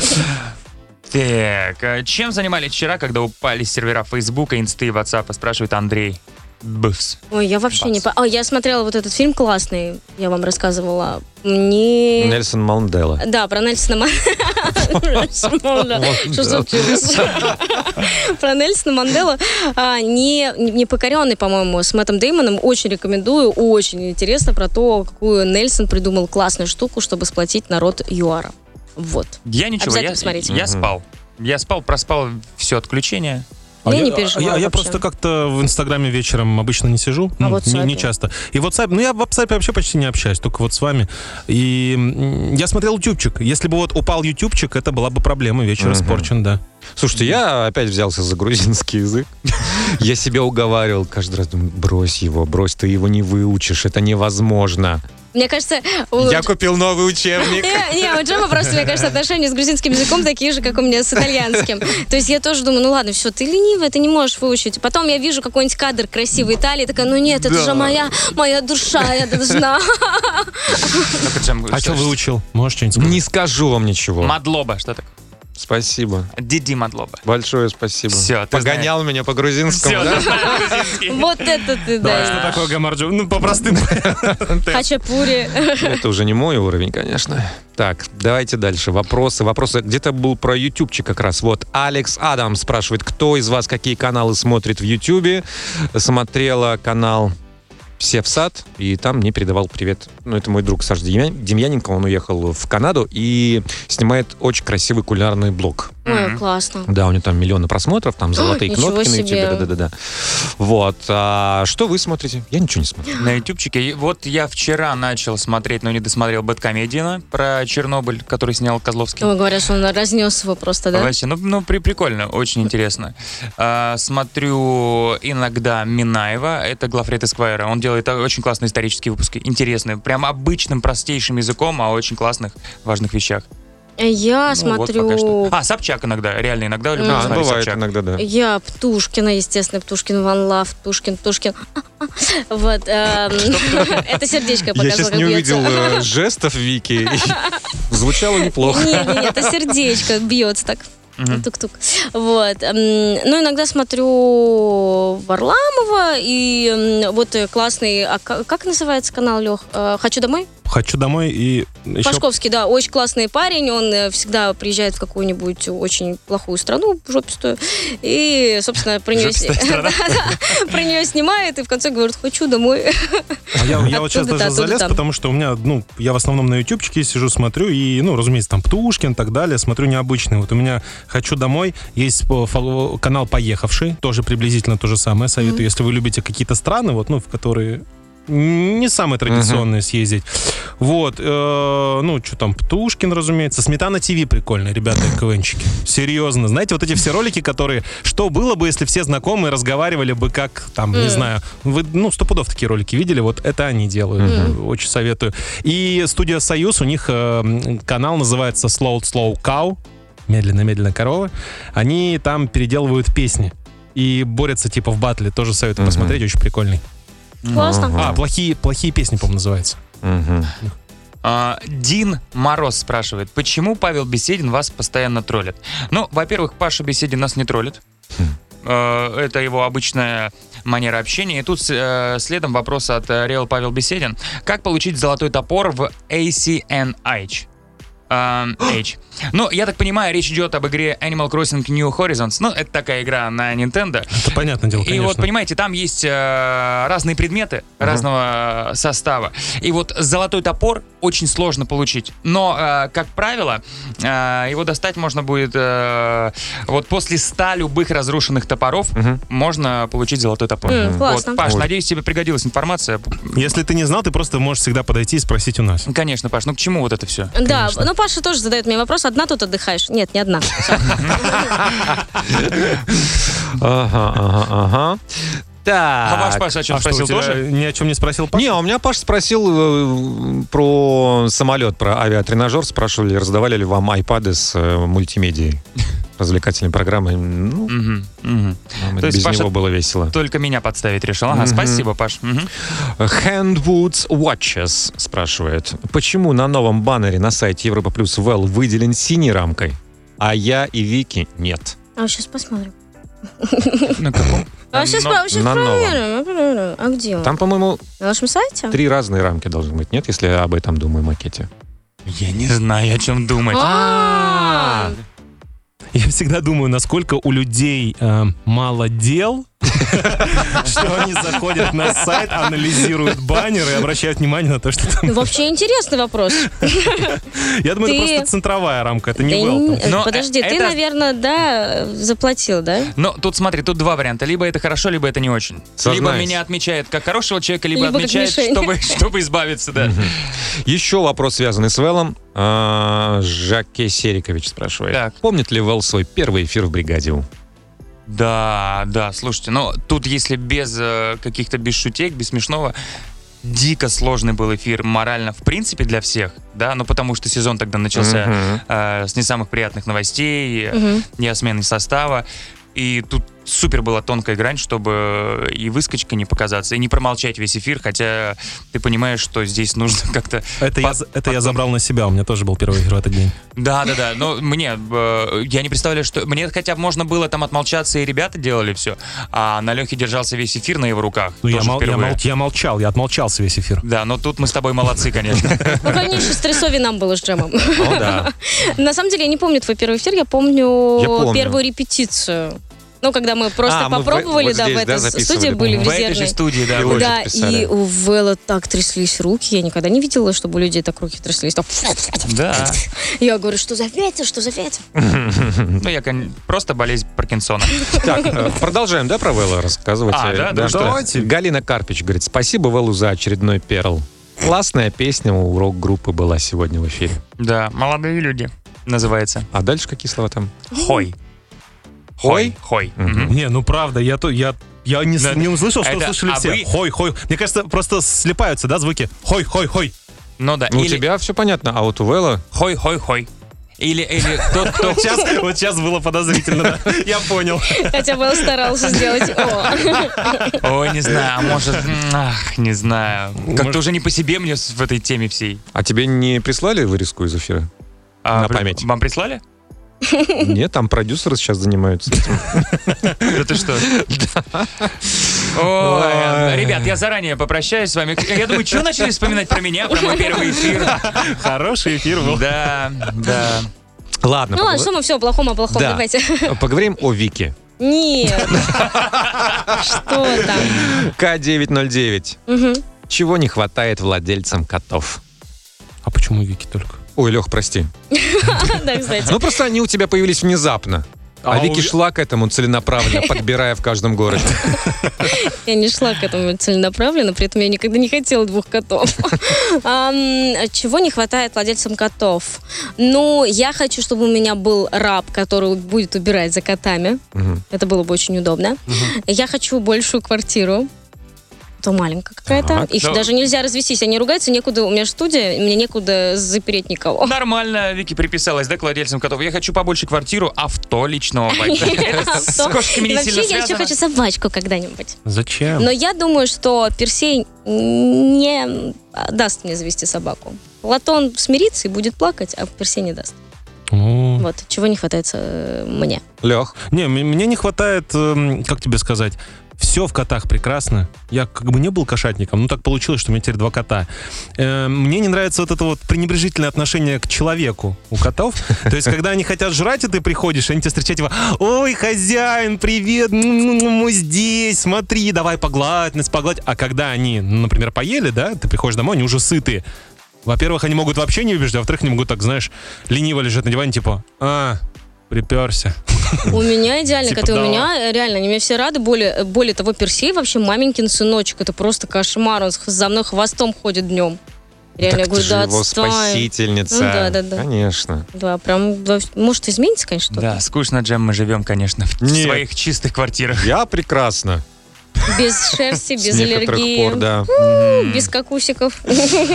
D: Так, а чем занимались вчера, когда упали сервера Фейсбука, Инсты и Ватсапа, спрашивает Андрей. Бс.
A: Ой, я вообще не...
D: Бац.
A: по- А, я смотрела вот этот фильм классный, я вам рассказывала. Мне...
B: Нельсон Мандела.
A: Да, про Нельсона Мандела. Что за вирус? Про Нельсона Мандела. А, не- Непокоренный, по-моему, с Мэттом Деймоном. Очень рекомендую. Очень интересно про то, какую Нельсон придумал классную штуку, чтобы сплотить народ ЮАРа. Вот.
D: Я ничего, я,
A: Обязательно посмотрите.
D: я спал. Я спал, проспал все отключение.
G: А
A: я, не переживала
G: Я, я
A: вообще.
G: просто как-то в Инстаграме вечером обычно не сижу.
A: А
G: Ну,
A: вот в
G: не, не
A: WhatsApp?
G: часто. И WhatsApp, ну я в WhatsApp вообще почти не общаюсь, только вот с вами. И м, я смотрел ютубчик. Если бы вот упал ютубчик, это была бы проблема. Вечер испорчен, да. А
B: Слушайте, я опять взялся за грузинский язык. Я себя уговаривал каждый раз, думаю, брось его, брось, ты его не выучишь, это невозможно.
A: Мне кажется, у
B: Я купил новый учебник.
A: Не, не, у Джема просто, мне кажется, отношения с грузинским языком такие же, как у меня с итальянским. То есть я тоже думаю, ну ладно, все, ты ленивая, ты не можешь выучить. Потом я вижу какой-нибудь кадр красивой Италии, такая, ну нет, это же моя, моя душа, я должна.
D: Ну-ка, Джем,
G: А что выучил? Можешь что-нибудь сказать?
B: Не скажу вам ничего.
D: Мадлоба, что такое?
B: Спасибо.
D: Диди Мадлоба.
B: Большое спасибо.
D: Всё, ты
B: Погонял меня по грузинскому,
D: Всё,
B: да?
D: знаю грузинский.
A: Вот это ты, да.
G: такое гамарджо? Ну, по-простым.
A: Хачапури.
B: Это уже не мой уровень, конечно. Так, давайте дальше. Вопросы, вопросы. Где-то был про ютубчик как раз. Вот, Алекс Адам спрашивает, кто из вас какие каналы смотрит в ютубе? Смотрела канал «Все в сад», и там мне передавал привет. Ну, это мой друг Саша Демья- Демьяненко, он уехал в Канаду и снимает очень красивый кулинарный блог.
A: Ой, классно.
B: Да, у него там миллионы просмотров, там золотые
A: ничего
B: кнопки на
A: себе.
B: ютубе. Да-да-да. Вот. А что вы смотрите? Я ничего не смотрю.
D: На ютубчике. Вот я вчера начал смотреть, но не досмотрел Бэткомедиана про Чернобыль, который снял Козловский.
A: Ой, говорят, что он разнес его просто, да?
D: Вообще, ну, ну, при, прикольно, очень интересно. А, смотрю иногда Минаева, это главред Эсквайра. Он делает а, очень классные исторические выпуски, интересные, прям обычным, простейшим языком, а о очень классных, важных вещах.
A: Я
D: Ну, вот пока что.
A: смотрю...
D: А, Собчак иногда, реально иногда люблю
A: А,
D: смотреть Собчак.
B: иногда, да.
A: Я Птушкина, естественно, Птушкин, Ван Лав, Птушкин, Птушкин. Вот. эм, Это сердечко
B: Я
A: показывала,
B: сейчас
A: как
B: не
A: бьется.
B: увидел э, жестов Вики. и Звучало неплохо.
A: Нет, нет, это сердечко бьется так.
D: Мгм.
A: Тук-тук. Вот. М, Ну, иногда смотрю Варламова и м, вот э, классный, а ка- как называется канал, Лех? «Хочу домой»?
G: Хочу домой и еще
A: Пашковский, да, очень классный парень, он э, всегда приезжает в какую-нибудь очень плохую страну, жопистую, и, собственно, про нее, сни- Да-да, про нее снимает, и в конце говорит, хочу домой.
G: А Я, я вот сейчас
A: Оттуда-то,
G: даже залез,
A: оттуда-то.
G: потому что у меня, ну, я в основном на ютубчике сижу, смотрю, и, ну, разумеется, там Птушкин и так далее, смотрю необычные. Вот у меня «Хочу домой» есть по- фоло- канал «Поехавший», тоже приблизительно то же самое. Советую, если вы любите какие-то страны, вот, ну, в которые не самые традиционные съездить. Вот, э, ну, что там, Птушкин, разумеется. Сметана ТВ прикольно, ребята, КВНчики. Серьезно. Знаете, вот эти все ролики, которые... Что было бы, если все знакомые разговаривали бы как, там, не знаю... Вы, ну, сто пудов такие ролики видели, вот это они делают. Очень советую. И студия «Союз», у них э, м, канал называется «Slow Slow Cow», медленно-медленно корова. Они там переделывают песни. И борются типа в батле. Тоже советую
B: Мгм.
G: посмотреть, очень прикольный.
A: Классно.
G: А, плохие, плохие песни, по-моему, называется.
B: Мгм.
D: А, Дин Мороз спрашивает, почему Павел Беседин вас постоянно троллит? Ну, во-первых, Паша Беседин нас не троллит. Э, Это его обычная манера общения. И тут э, следом вопрос от э, Реал Павел Беседин. Как получить золотой топор в ACNH? Эм, H. Ну, я так понимаю, речь идет об игре Animal Crossing New Horizons. Ну, это такая игра на Nintendo.
G: Это понятное дело,
D: И
G: ну, конечно.
D: вот, понимаете, там есть э, разные предметы разного э, состава. И вот золотой топор очень сложно получить. Но, э, как правило, э, его достать можно будет э, вот после 100 любых разрушенных топоров
B: Мгм.
D: можно получить золотой топор.
A: М,
D: Вот,
A: классно.
D: Паш,
B: Ой.
D: надеюсь, тебе пригодилась информация.
G: Если ты не знал, ты просто можешь всегда подойти и спросить у нас.
D: Конечно, Паш, ну к чему вот это все?
A: Да, но Паша тоже задает мне вопрос, одна тут отдыхаешь? Нет, не одна.
B: Ага, ага, ага. Так.
D: А ваш Паша о чем
G: А что,
D: спросил
G: у тебя
D: тоже?
G: Ни о чем не спросил Паша?
B: Не, у меня Паша спросил э, про самолет, про авиатренажер. Спрашивали, раздавали ли вам айпады с э, мультимедией, развлекательной программой. Ну,
D: Мгм, мгм.
B: нам
D: То есть
B: без
D: Паша-
B: него было весело.
D: Только меня подставить решил. Ага,
B: Мгм.
D: спасибо, Паш. Мгм.
B: Handwoods Watches спрашивает, почему на новом баннере на сайте Европа Плюс Вэл выделен синей рамкой, а я и Вики нет?
A: А сейчас посмотрим.
D: На каком?
A: А сейчас
D: Но-
A: щас
B: на новом.
A: проверим, проверим. А где он?
B: Там, по-моему,
A: На нашем сайте?
B: три разные рамки должны быть, нет, если об этом думаю макете?
D: Я не знаю, о чем думать.
A: А,
G: Я всегда думаю, насколько у людей э, мало дел, что они заходят на сайт, анализируют баннеры и обращают внимание на то, что там...
A: Ну, вообще интересный вопрос.
G: Я думаю, это
A: Ты-
G: просто центровая рамка, это не
A: Да и
G: Велтон.
A: не- э,
D: Но, э,
A: Подожди, ты,
D: это-
A: наверное, да, э, заплатил, да?
D: Но тут, смотри, тут два варианта. Либо это хорошо, либо это не очень. Либо
B: Сознаюсь.
D: меня отмечает как хорошего человека, либо,
A: Либо как
D: отмечает,
A: мишень.
D: чтобы, чтобы избавиться, да.
B: Еще вопрос, связанный с Вэлом. А, Жаке Серикович спрашивает.
D: Так.
B: Помнит ли Вэл свой первый эфир в «Бригаде У»?
D: Да, да, слушайте, но тут, если без э, каких-то без шутек, без смешного, дико сложный был эфир морально, в принципе, для всех, да, ну потому что сезон тогда начался
B: Мгм.
D: э, с не самых приятных новостей, э,
A: Мгм.
D: не о смене состава, и тут супер была тонкая грань, чтобы и выскочка не показаться, и не промолчать весь эфир, хотя ты понимаешь, что здесь нужно как-то
G: Это я,
D: Пот-
G: это я забрал на себя, у меня тоже был первый эфир в этот день.
D: Да, да, да. Но мне, э, я не представляю, что... Мне хотя бы можно было там отмолчаться, и ребята делали все. А на Лехе держался весь эфир на его руках.
G: Ну, я,
D: Тоже
G: мол- я
D: впервые.
G: мол- я молчал, я отмолчался весь эфир.
D: Да, но тут мы с тобой молодцы, конечно.
A: Ну, конечно, стрессовее нам было с Джемом.
B: О, да.
A: На самом деле, я не помню твой первый эфир, я
B: Я
A: помню
B: помню.
A: первую репетицию. Ну, когда мы просто
B: А, мы в-
A: попробовали,
B: вот
A: да, в
B: здесь, да,
A: этой
B: записывали,
A: студии были
B: по-моему.
A: в
D: В этой же
A: резервной.
D: студии, да.
B: Его-
D: вот.
A: Да,
B: писали.
A: и у Вэлла так тряслись руки. Я никогда не видела, чтобы у людей так руки тряслись. Так.
D: Да.
A: Я говорю, что за ветер, что за ветер?
D: Ну, я кон- просто болезнь Паркинсона.
B: Так, э, продолжаем, да, про Вэлла рассказывать?
D: А,
B: Э,
D: да, да,
B: что?
G: давайте.
B: Галина Карпич говорит, спасибо Вэллу за очередной перл. Классная песня у рок-группы была сегодня в эфире.
D: Да, молодые люди. Называется.
B: А дальше какие слова там?
D: Хой.
B: Хой?
D: Хой.
B: Мгм.
D: Мгм.
G: Не, ну правда, я то я я не, с-
D: Да.
G: не услышал, что
D: Это
G: услышали
D: «а
G: все.
D: вы»?
G: Хой, хой. Мне кажется, просто слепаются, да, звуки. Хой, хой, хой.
D: Ну да.
B: Ну, У
D: или
B: тебя все понятно, а вот у Вэлла...
D: Хой, хой, хой. Или, или тот, кто...
G: Вот сейчас, вот сейчас было подозрительно. да. Я понял.
A: Хотя Вэлл старался сделать. О.
D: Ой, не знаю, а может... м, Ах, не знаю.
G: Может-
D: Как-то уже не по себе мне с- в этой теме всей.
B: А тебе не прислали вырезку из эфира?
D: А,
B: На
D: при-
B: память.
D: Вам прислали?
B: Нет, там продюсеры сейчас занимаются. этим.
D: Да ты что? Ой, Ребят, я заранее попрощаюсь с вами. Я думаю, что начали вспоминать про меня, про мой первый эфир?
G: Хороший эфир был.
D: Да, да.
B: Ладно,
A: Ну ладно,
B: погов-
A: что мы все о плохом, о плохом,
B: Да.
A: давайте.
B: поговорим о Вике.
A: Нет. Что там?
B: К909.
A: Мгм.
B: Чего не хватает владельцам котов?
G: А почему Вики только?
B: Ой, Лех, прости.
A: Да, кстати.
B: Ну просто они у тебя появились внезапно. А,
G: А
B: Вики
G: у-
B: шла к этому целенаправленно, подбирая в каждом городе.
A: Я не шла к этому целенаправленно, при этом я никогда не хотела двух котов. Ам, Чего не хватает владельцам котов? Ну, я хочу, чтобы у меня был раб, который будет убирать за котами.
B: Мгм.
A: Это было бы очень удобно. Я хочу большую квартиру. То маленькая какая-то.
B: Так,
A: Их
D: ну-
A: даже нельзя развестись. Они ругаются, некуда. У меня же студия, мне некуда запереть никого.
D: Нормально, Вики приписалась, да, к владельцам котов. Я хочу побольше квартиру, авто личного. Это С
A: Авто.
D: кошками
A: И
D: не сильно
A: Вообще, я еще
D: связано.
A: хочу собачку когда-нибудь.
G: Зачем?
A: Но я думаю, что Персей не даст мне завести собаку. Платон смирится и будет плакать, а Персей не даст.
G: Ну,
A: Вот, чего не хватает э, мне.
B: Лех,
G: Не, м- мне не хватает, эм, как тебе сказать, все в котах прекрасно. Я как бы не был кошатником, но так получилось, что у меня теперь два кота. Э, Мне не нравится вот это вот пренебрежительное отношение к человеку у котов. То есть, когда они хотят жрать, и ты приходишь, они тебя встречают, типа, ой, хозяин, привет, м, м, мы здесь, смотри, давай погладь нас, погладь. А когда они, ну, например, поели, да, ты приходишь домой, они уже сытые. Во-первых, они могут вообще не убежать, а во-вторых, они могут так, знаешь, лениво лежать на диване, типа, а, приперся.
A: У меня идеально
G: Типа
A: коты. У
G: да.
A: меня э, реально, они мне все рады. Более, э, более того, Персей вообще маменькин сыночек. Это просто кошмар. Он с- за мной хвостом ходит днем. Реально, я
B: ну так ты
A: говорю,
B: же
A: да,
B: его
A: отстань.
B: спасительница.
A: Ну да, да, да.
B: Конечно.
A: Да, прям, да, может, изменится, конечно, что-то.
D: Да, скучно, Джем, мы живем, конечно, в
B: Нет.
D: своих чистых квартирах.
B: Я прекрасно.
A: Без шерсти,
B: С
A: без
B: некоторых
A: аллергии,
B: пор, да.
A: без какусиков.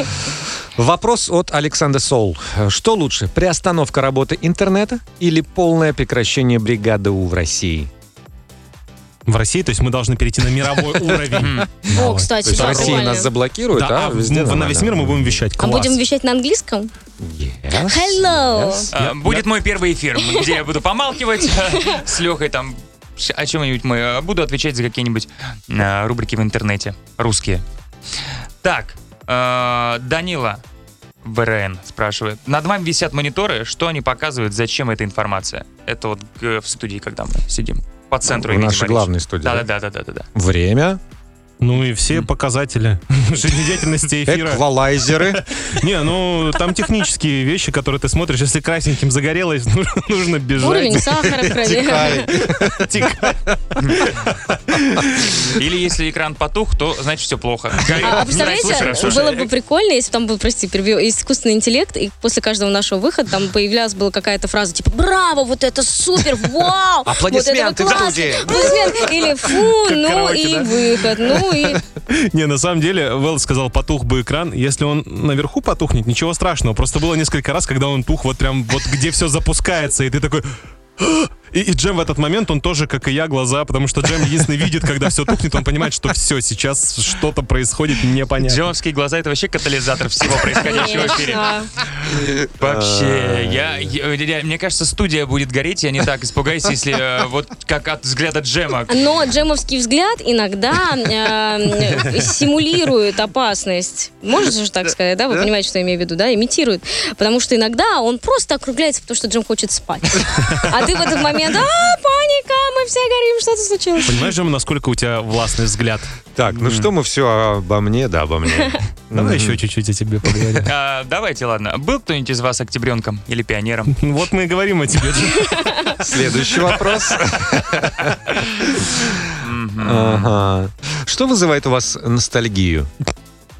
B: Вопрос от Александра Сол. Что лучше, приостановка работы интернета или полное прекращение бригады У в России?
G: в России, то есть мы должны перейти на мировой уровень.
A: О,
B: То
A: кстати,
B: есть в
A: да,
B: России
A: нормально.
B: нас заблокируют,
G: Да,
B: а
G: а в-
B: везде
G: в- на весь мир мы будем вещать.
A: А
G: Класс.
A: будем вещать на английском?
B: Yes,
A: Hello.
B: yes.
D: А, Будет мой первый эфир, где я буду помалкивать а, с Лехой там ш- о чем-нибудь мы э, буду отвечать за какие-нибудь э, рубрики в интернете русские. Так, э, Данила БРН спрашивает. Над вами висят мониторы, что они показывают, зачем эта информация? Это вот э, в студии, когда мы сидим. по центру.
B: В
D: Евгений
B: нашей
D: Борисович.
B: главной студии, да?
D: Да-да-да-да-да.
B: Время,
G: Ну и все показатели
B: Э,
G: жизнедеятельности эфира.
B: эквалайзеры.
G: Не, ну там технические вещи, которые ты смотришь, если красненьким загорелось, ну, нужно
A: Уровень
G: бежать.
A: сахара в крови.
G: Тихо.
D: Или если экран потух, то значит все плохо.
A: А, а представляете,
D: Слушай, слушай,
A: было бы прикольно, если бы там был, прости, перебью, искусственный интеллект, и после каждого нашего выхода там появлялась была какая-то фраза типа «Браво, вот это супер, вау!
B: Аплодисменты в
A: вот это классно,
B: студии!»
A: аплодисменты!» Или «Фу,
G: Как
A: ну
G: караоке,
A: и
G: да?
A: выход, ну и...»
G: Не, на самом деле, Вэл сказал, потух бы экран. Если он наверху потухнет, ничего страшного. Просто было несколько раз, когда он тух вот прям вот где все запускается, и ты такой... «А!» И, и Джем в этот момент, он тоже, как и я, глаза, потому что Джем единственный видит, когда все тухнет, он понимает, что все, сейчас что-то происходит непонятно.
D: Джемовские глаза это вообще катализатор всего происходящего в эфире.
A: Конечно.
G: Э.
D: Вообще, я, я- э, я- мне кажется, студия будет гореть, я не так испугаюсь, если э, вот как от взгляда Джема.
A: Но джемовский взгляд иногда э, симулирует опасность. Можно же так сказать, да? Вы понимаете, что я имею в виду, да? Имитирует. Потому что иногда он просто округляется, потому что Джем хочет спать. А ты в этот момент, а, паника, мы все горим, что-то случилось.
G: Понимаешь, Джем, насколько у тебя властный взгляд?
B: Так, ну что мы все обо мне, да, обо мне.
G: Давай еще чуть-чуть о тебе поговорим.
D: А, давайте, ладно. Был кто-нибудь из вас октябренком или пионером?
G: Ну, Вот мы и говорим о тебе, Джем.
B: Следующий вопрос. Ага. Что вызывает у вас ностальгию,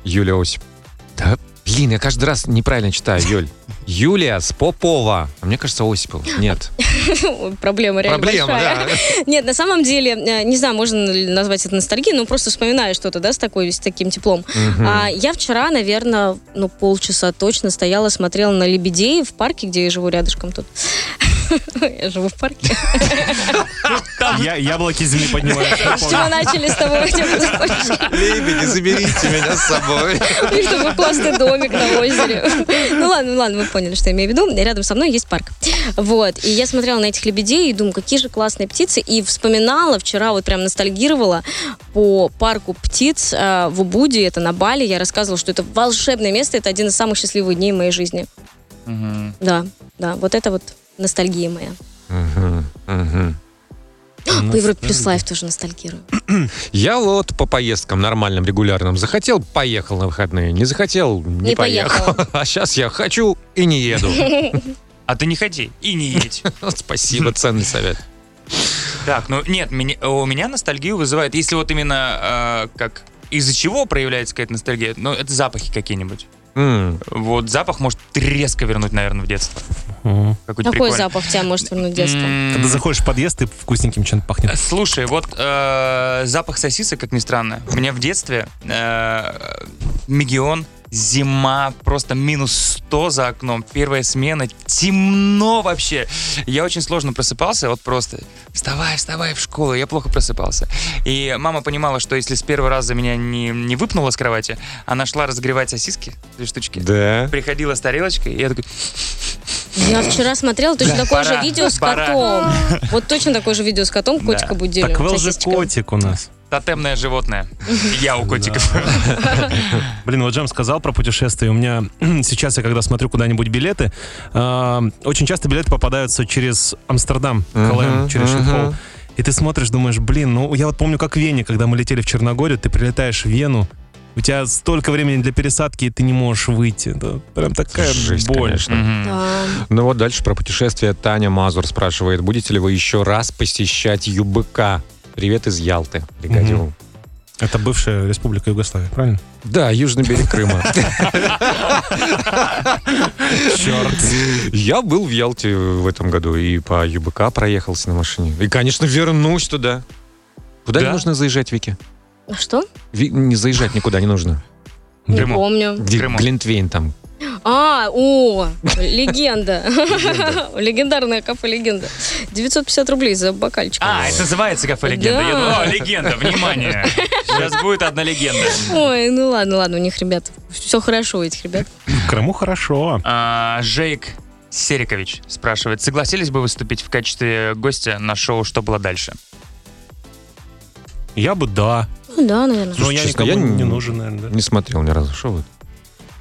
B: Юлия Осип? Да, блин, я каждый раз неправильно читаю, Юль. Юлия с Попова. А мне кажется, Осипов. Нет.
A: Ой, Проблема реально
B: Проблема,
A: большая.
B: да.
A: Нет, на самом деле, э, не знаю, можно ли назвать это ностальгией, но просто вспоминаю что-то, да, с, такой, с таким теплом. А, я вчера, наверное, ну, полчаса точно стояла, смотрела на лебедей в парке, где я живу рядышком тут. Я живу в парке.
G: Я яблоки с земли поднимаю.
A: С чего начали с того, где мы закончили?
B: Лебеди, заберите меня с собой.
A: И чтобы классный домик на озере. Ну ладно, ну ладно, вы поняли, что я имею в виду. Рядом со мной есть парк. Вот. И я смотрела на этих лебедей и думаю, какие же классные птицы. И вспоминала вчера, вот прям ностальгировала по парку птиц э, в Убуде, это на Бали. Я рассказывала, что это волшебное место, это один из самых счастливых дней моей жизни.
D: Мгм.
A: Да, да, вот это вот ностальгия моя.
B: Мгм, мгм.
A: По Европе Плюс Лайф тоже ностальгирую.
B: Я вот по поездкам нормальным, регулярным захотел, поехал на выходные. Не захотел, не,
A: Не поехал.
B: А сейчас я хочу и не еду.
D: А ты не ходи и не едь.
B: Спасибо, ценный совет.
D: Так, ну нет, меня- у меня ностальгию вызывает, если вот именно э, как из-за чего проявляется какая-то ностальгия, ну это запахи какие-нибудь.
B: М.
D: Вот запах может резко вернуть, наверное, в детство.
G: Мгм.
D: Какой-то
A: Какой
D: прикольный.
A: запах тебя может вернуть в детство?
D: М,
G: Когда заходишь в подъезд, и вкусненьким чем-то пахнет.
D: Слушай, вот э, запах сосисок, как ни странно, у меня в детстве э, мегион, зима, просто минус 100 за окном, первая смена, темно вообще. Я очень сложно просыпался, вот просто вставай, вставай в школу, я плохо просыпался. И мама понимала, что если с первого раза меня не, не выпнула с кровати, она шла разогревать сосиски, две штучки.
B: Да.
D: Приходила с тарелочкой, и я такой,
A: Я вчера смотрела точно
D: Да.
A: такое же
D: Пора,
A: видео с
D: пора.
A: котом. Вот точно такое же видео с котом, котика будили.
G: Так Вэл же
A: сосисками.
G: котик у нас.
D: тотемное животное. Я у котиков.
G: Блин, вот Джем сказал про путешествия. У меня сейчас я когда смотрю куда-нибудь билеты, э, очень часто билеты попадаются через Амстердам, КЛМ, через
B: мгм.
G: Шенхоу. И ты смотришь, думаешь, блин, ну я вот помню, как в Вене, когда мы летели в Черногорию, ты прилетаешь в Вену, у тебя столько времени для пересадки, и ты не можешь выйти. Это прям такая
B: Жесть,
G: боль.
B: конечно.
D: Мгм.
A: Да.
B: Ну вот дальше про путешествие Таня Мазур спрашивает, будете ли вы еще раз посещать ЮБК? Привет из Ялты, бригадиру.
G: Это бывшая республика Югославия, правильно?
B: Да, южный берег Крыма.
G: Черт.
B: Я был в Ялте в этом году и по ЮБК проехался на машине. И, конечно, вернусь туда. Куда не
D: Да?
B: нужно заезжать, Вики?
A: А Что?
B: Ви- Не заезжать никуда не нужно.
A: Не
D: Дымок.
A: помню.
B: Где
D: Крыму.
B: Глинтвейн там.
A: А, о, легенда. Легендарная кафе легенда. 950 рублей за бокальчик.
D: А, это называется кафе легенда.
A: Да.
D: Я думал, о, легенда, внимание. Сейчас будет одна легенда.
A: Ой, ну ладно, ладно, у них, ребят, все хорошо у этих ребят.
G: В Крыму хорошо.
D: А, Жейк Серикович спрашивает, согласились бы выступить в качестве гостя на шоу «Что было дальше?»
G: Я бы да.
A: Ну да, наверное.
G: Но
B: Слушай,
G: я
B: честно,
G: никому
B: я не-
G: не нужен, наверное. да.
B: Не смотрел ни разу. Что вы?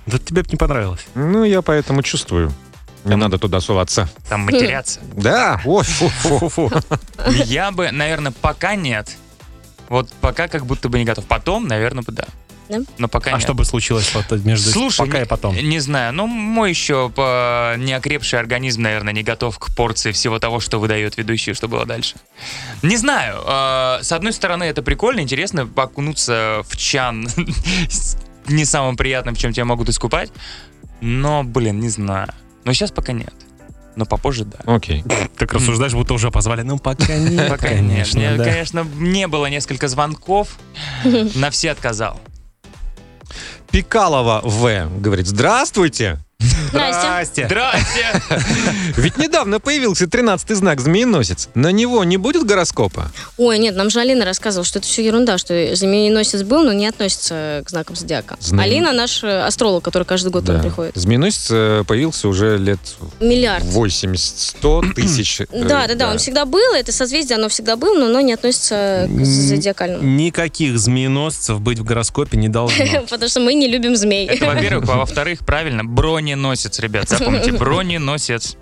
G: Да тебе бы не понравилось.
B: Ну, я поэтому чувствую. Не надо туда соваться.
D: Там матерятся.
B: Да, ой, фу, фу, фу.
A: Хм.
D: Я бы, наверное, пока нет. Вот пока как будто бы не готов. Потом, наверное, бы да.
A: Да?
D: Но пока
G: А
D: нет.
G: что бы случилось вот между
D: Слушай,
G: пока
D: не-
G: и потом?
D: Не знаю, ну мой еще по- неокрепший организм, наверное, не готов к порции всего того, что выдает ведущий, что было дальше. Не знаю. э, С одной стороны, это прикольно, интересно окунуться в чан с не самым приятным, в чем тебя могут искупать. Но, блин, не знаю. Но сейчас пока нет. Но попозже да.
B: Окей.
G: Так рассуждаешь, будто уже позвали. Ну, пока нет,
D: Пока нет. ну
G: конечно,
D: Мне,
G: да.
D: Конечно, не было несколько звонков, на все отказал.
B: Пикалова В. говорит, здравствуйте.
A: Настя.
G: Здрасте.
D: Здрасте!
B: Ведь недавно появился 13-й знак змееносец. На него не будет гороскопа?
A: Ой, нет, нам же Алина рассказывала, что это все ерунда, что змееносец был, но не относится к знакам зодиака.
B: Зна-
A: Алина наш э, астролог, который каждый год нам приходит.
B: Змееносец э, появился уже лет
A: Миллиард.
B: 80-100 тысяч. э,
A: Да, да, да, он всегда был, это созвездие, оно всегда было, но оно не относится к зодиакальному.
G: Никаких змееносцев быть в гороскопе не должно.
A: Потому что мы не любим змей.
D: Это во-первых. А во-вторых, правильно, броненосец, ребят, запомните, броненосец.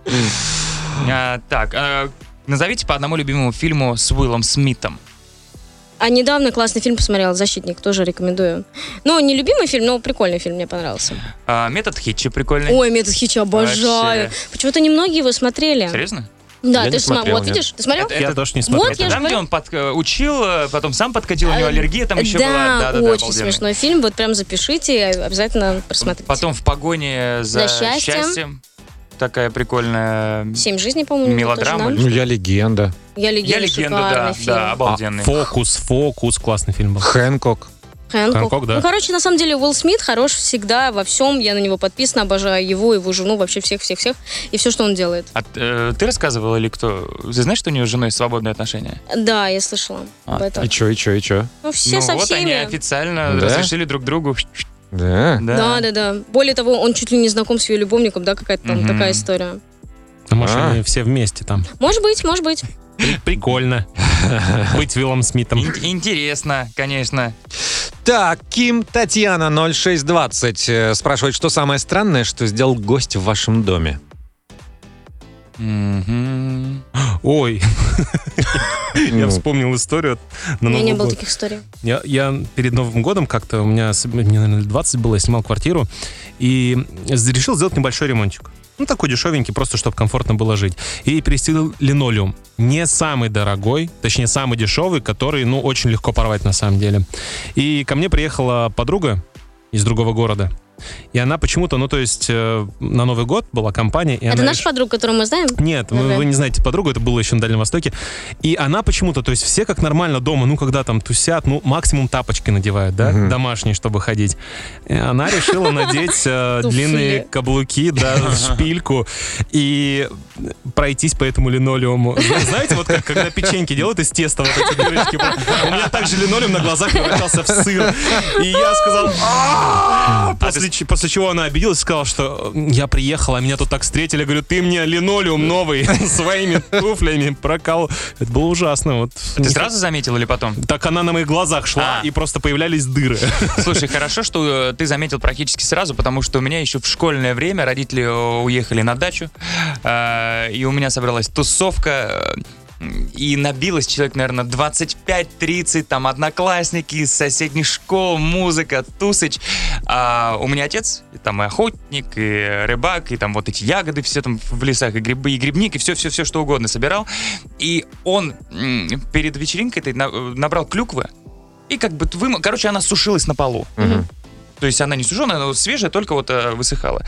D: А, Так, а, назовите по одному любимому фильму с Уиллом Смитом.
A: А недавно классный фильм посмотрела «Защитник», тоже рекомендую. Ну, не любимый фильм, но прикольный фильм, мне понравился.
D: А, Метод Хитча прикольный.
A: Ой, «Метод Хитча» обожаю.
D: Вообще.
A: Почему-то немногие его смотрели.
D: Серьезно?
A: Да,
B: Я
A: ты
B: не
A: ж сма-
B: смотрел,
A: Вот
B: нет.
A: видишь, ты смотрел?
D: Это-
G: Я тоже не А, смотрел.
A: Вот я же
D: Там, где
A: говорю.
D: он подк- учил, э, потом сам подкатил, у него аллергия там еще
A: А, да,
D: была. Да-да-да,
A: очень
D: обалденный.
A: смешной фильм. Вот прям запишите и обязательно просмотрите.
D: Потом в погоне за,
A: За счастьем.
D: счастьем. Такая прикольная
A: «Семь жизней», по-моему,
D: Мелодрама
A: тоже, да?
D: или-
B: Ну, я легенда.
A: «Я легенда»,
D: Я легенда,
A: шикарный
D: да,
A: фильм.
D: да,
G: А,
D: обалденный.
G: Фокус, фокус, классный фильм был.
B: Хэнкок.
A: Хэнкок.
G: Хэнкок, да.
A: Ну, короче, на самом деле, Уилл Смит хорош всегда во всем. Я на него подписана, обожаю его, его жену, вообще всех-всех-всех. И все, что он делает.
D: А, э, ты рассказывала или кто? Ты знаешь, что у нее с женой свободные отношения?
A: Да, я слышала
D: А,
A: об этом.
B: И чё, и чё, и чё?
A: Ну, все
D: ну
A: со
D: вот
A: всеми.
D: они официально
B: Да?
D: разрешили друг другу.
B: Да.
A: Да, да, да. Более того, он чуть ли не знаком с ее любовником, да, какая-то там
D: Мгм.
A: такая история.
G: Ну, Может,
B: А.
G: они все вместе там.
A: Может быть, может быть.
G: При- Прикольно. Быть Виллом Смитом.
D: Ин- Интересно, конечно.
B: Так, Ким Татьяна 0620 э, спрашивает, что самое странное, что сделал гость в вашем доме?
D: Мгм.
G: Ой, я
B: Ну,
G: вспомнил историю.
A: У
D: Ну,
G: на
A: меня
G: Новый
A: не было
G: год.
A: таких историй.
G: Я, я перед Новым годом как-то, у меня, с- мне, наверное, лет 20 было, я снимал квартиру и с- решил сделать небольшой ремонтик. Ну, такой дешевенький, просто чтобы комфортно было жить. И перестелил линолеум. Не самый дорогой, точнее, самый дешевый, который, ну, очень легко порвать на самом деле. И ко мне приехала подруга из другого города. И она почему-то, ну, то есть, э, на Новый год была компания. И
A: Это
G: она
A: наш подруг, которого мы знаем?
G: нет,
A: Ну
G: вы,
A: да.
G: вы не знаете подругу, это было еще на Дальнем Востоке. И она почему-то, то есть все как нормально дома, ну когда там тусят, ну максимум тапочки надевают, да, домашние, чтобы ходить. И она решила надеть э,
A: Туфли.
G: длинные каблуки, да, шпильку и пройтись по этому линолеуму. Знаете, вот как когда печеньки делают из теста вот эти дырочки. У меня также линолеум на глазах превращался в сыр. И я сказал, «А-а-а!» А
D: А
G: после, ч- после чего она обиделась и сказала, что «Э, я приехала, а меня тут так встретили. Я говорю, ты мне линолеум новый своими туфлями прокал. Это было ужасно. Вот.
D: А Ты сразу заметил или потом?
G: Так она на моих глазах шла,
D: А.
G: и просто появлялись дыры.
D: Слушай, хорошо, что э, ты заметил практически сразу, потому что у меня еще в школьное время родители э, уехали на дачу, э, и у меня собралась тусовка. э, И набилось человек, наверное, 25-30, там одноклассники из соседних школ, музыка, тусыч. А у меня отец, и там и охотник, и рыбак, и там вот эти ягоды все там в лесах, и грибы, и грибник, и все-все-все, что угодно собирал. И он м, перед вечеринкой этой на- э, набрал клюквы, и как бы вымыл. Короче, она сушилась на полу. То есть она не сушеная, она вот свежая, только вот э, высыхала.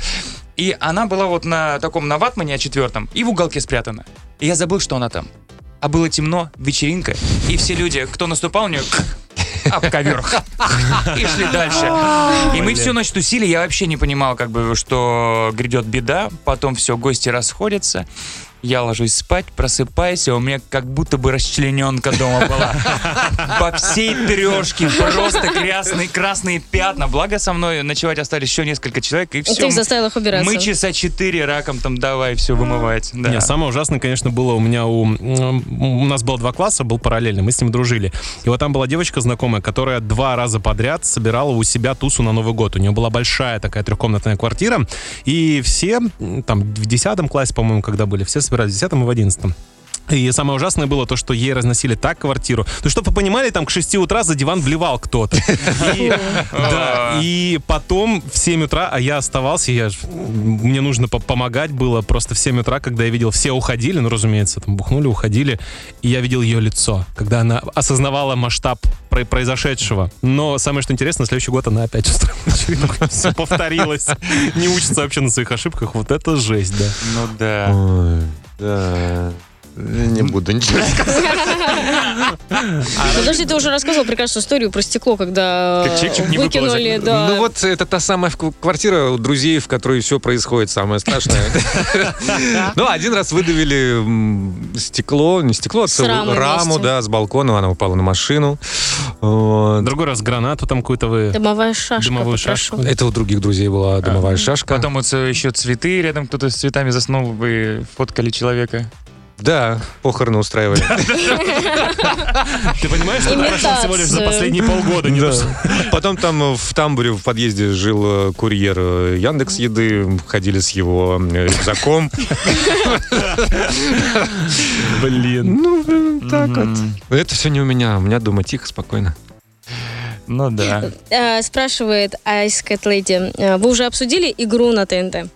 D: И она была вот на таком, на ватмане, а четвертом, и в уголке спрятана. И я забыл, что она там. А было темно, вечеринка, и все люди, кто наступал на нее, об ковер. И шли дальше. И мы всю ночь тусили, я вообще не понимал, как бы, что грядет беда, потом все, гости расходятся. Я ложусь спать, просыпаюсь, а у меня как будто бы расчлененка дома была. По всей трешке просто красные, красные пятна. Благо со мной ночевать остались еще несколько человек, и
A: И Ты
D: все.
A: их заставил их убираться.
D: Мы часа четыре раком там давай все вымывать. Да.
G: Не, самое ужасное, конечно, было у меня у... м, У нас было два класса, был параллельно, мы с ним дружили. И вот там была девочка знакомая, которая два раза подряд собирала у себя тусу на Новый год. У нее была большая такая трехкомнатная квартира. И все, м, там, в десятом классе, по-моему, когда были, все собирались в десятом и в одиннадцатом. И самое ужасное было то, что ей разносили так квартиру. Ну, чтобы вы понимали, там к 6 утра за диван вливал кто-то. И, да, и потом в 7 утра, а я оставался, я, ж- мне нужно по- помогать было. Просто в 7 утра, когда я видел, все уходили, ну, разумеется, там бухнули, уходили. И я видел ее лицо, когда она осознавала масштаб про- произошедшего. Но самое, что интересно, на следующий год она опять устроила вечеринку. Все повторилось. Не учится вообще на своих ошибках. Вот это жесть, да.
D: Ну да.
B: Ой, да. Не буду ничего сказать.
A: Подожди, ты уже рассказывал прекрасную историю про стекло, когда
D: Как чик-чик не
A: выкинули, да.
D: выпало.
B: Ну вот это та самая в- квартира у друзей, в которой все происходит, самое страшное. Ну, один раз выдавили м, стекло, не стекло, а
A: С
B: целую
A: рамой
B: раму,
A: вместе.
B: да, с балкона, она упала на машину. Вот.
G: Другой раз гранату там какую-то вы...
A: Дымовая шашка.
G: Дымовую
A: попрошу.
G: шашку.
B: Это у других друзей была дымовая шашка.
D: Потом вот э, еще цветы рядом, кто-то с цветами заснул, вы фоткали человека.
B: Да, похороны устраивали.
G: Ты понимаешь, что это прошло всего лишь за
A: Имитацию.
G: последние полгода? не то
B: Да.
G: что-
B: Потом там э, в тамбуре в подъезде жил э, курьер э, Яндекс Еды, ходили с его э, рюкзаком.
G: Блин.
B: Ну, блин, так вот.
D: М,
B: Это все не у меня. У меня дома тихо, спокойно.
D: Ну да.
A: Э, Спрашивает Ice Cat Lady, э, вы уже обсудили игру на ТНТ?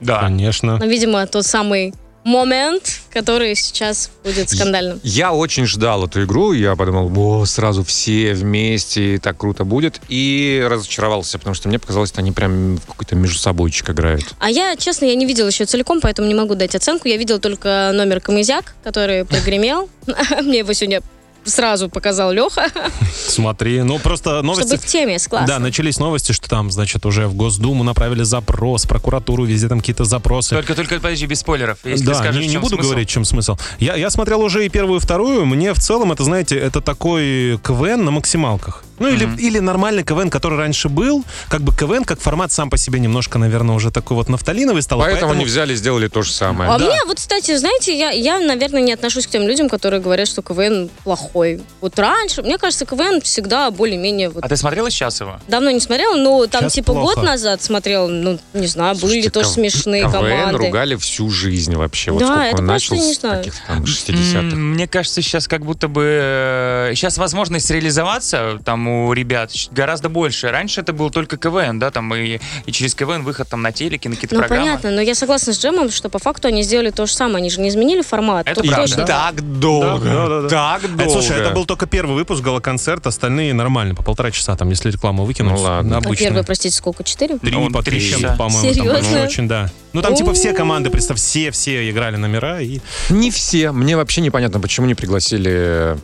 D: Да.
G: Конечно.
A: Ну, видимо, тот самый момент, который сейчас будет скандальным.
B: Я очень ждал эту игру. Я подумал, о, сразу все вместе, так круто будет. И разочаровался, потому что мне показалось, что они прям в какой-то между собойчик играют.
A: А я, честно, я не видела еще целиком, поэтому не могу дать оценку. Я видела только номер Камызяк, который прогремел. Мне его сегодня сразу показал Леха,
G: Смотри. Ну, просто
A: чтобы
G: новости...
A: в теме, с
G: Да, ну,
A: класса.
G: начались новости, что там, значит, уже в Госдуму направили запрос, прокуратуру, везде там какие-то запросы.
D: Только, только, подожди, без спойлеров. Если
G: да,
D: ты скажешь,
G: не,
D: в
G: не
D: чем
G: буду
D: смысл.
G: говорить, в чем смысл. Я, я смотрел уже и первую, и вторую. Мне в целом это, знаете, это такой КВН на максималках. Ну, или,
D: Мгм.
G: или нормальный КВН, который раньше был. Как бы КВН, как формат сам по себе немножко, наверное, уже такой А вот нафталиновый стал.
B: Поэтому они взяли и сделали то же самое.
A: А
G: Да.
A: мне, вот, кстати, знаете, я, я, наверное, не отношусь к тем людям, которые говорят, что КВН плохой. Вот раньше, мне кажется, КВН всегда более-менее... Вот,
D: А ты смотрела сейчас его?
A: Давно не смотрела, но там
G: Сейчас
A: типа
G: плохо.
A: год назад смотрела, ну, не знаю, были
B: Слушайте,
A: тоже
B: ков-
A: смешные
B: КВН
A: команды.
B: ругали всю жизнь вообще. Вот
A: Да,
B: сколько
A: это
B: он
A: просто
B: начал
A: не
B: с
A: знаю.
B: каких-то там
D: М,
B: 60-х.
D: Мне кажется, сейчас как будто бы... э, Сейчас возможность реализоваться там у ребят щ- гораздо больше. Раньше это был только КВН, да, там и, и через КВН выход там на телеке, на какие-то
A: Ну,
D: программы.
A: понятно, но я согласна с Джемом, что по факту они сделали то же самое, они же не изменили формат.
D: Это
A: Тут
D: правда.
A: тоже-
B: Так долго.
G: Да, да, да.
B: Так долго.
G: Э, Слушай, это был только первый выпуск голоконцерт, остальные нормально, по полтора часа, там, если рекламу выкинуть.
B: Ну ладно.
A: А
G: обычно.
A: Первый, простите, сколько? Четыре?
G: Три
D: Ну,
G: по
D: три
G: А три,
D: часа.
G: по-моему. там было.
A: Серьезно?
G: Ну, очень, да. Ну, там, типа, все
A: О.
G: команды, представь, все-все играли номера и...
B: Не все. Мне вообще непонятно, почему не пригласили э,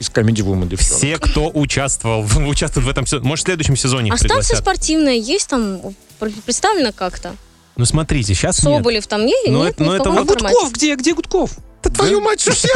B: из Comedy Woman девчонок.
G: Все, кто участвовал, в- участвует в этом сезоне. Может, в следующем сезоне их
A: А станция
G: пригласят.
A: спортивная есть там пр- представлена как-то?
G: Ну, смотрите, сейчас нет.
A: Соболев там есть?
G: Но
A: Нет,
G: это- но
A: ни в
G: это
A: каком
G: вот- А
A: формате.
B: где? Где Гудков? Да твою мать, что все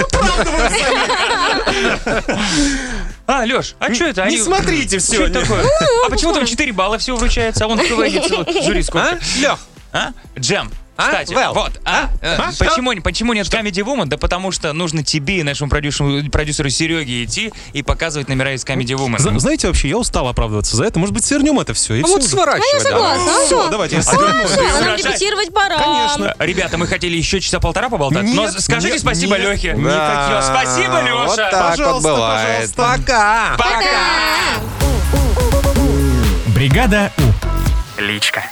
D: А, Леш, а что это?
G: Не смотрите
D: Что
G: все.
D: это такое? А почему там 4 балла всего вручается, а он в КВН целый жюри сколько?
B: Лех,
D: А? Джем.
B: А?
D: Кстати,
B: Вэл.
D: вот. а? Э,
B: А? Что?
D: Почему, почему нет Comedy Woman? Да потому что нужно тебе и нашему продюсеру, продюсеру Сереге идти и показывать номера из Comedy Woman.
G: Знаете, вообще, я устал оправдываться за это. Может быть, свернем это все. И
B: а
G: все
B: вот сворачивай. давай.
A: Согласна, а
G: Все,
A: ага.
G: давайте. я
A: Да,
G: сверну.
A: нам
D: Выражать.
A: репетировать пора.
G: Конечно.
D: Ребята, мы хотели еще часа полтора поболтать,
G: Нет,
D: но скажите
G: нет,
D: спасибо
G: нет,
D: Лехе.
B: Да.
D: Спасибо, Леша.
B: Вот так вот
G: Пожалуйста,
B: бывает.
G: пожалуйста.
B: Пока.
E: Бригада У. Личка.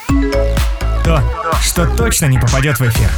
E: То, что точно не попадет в эфир.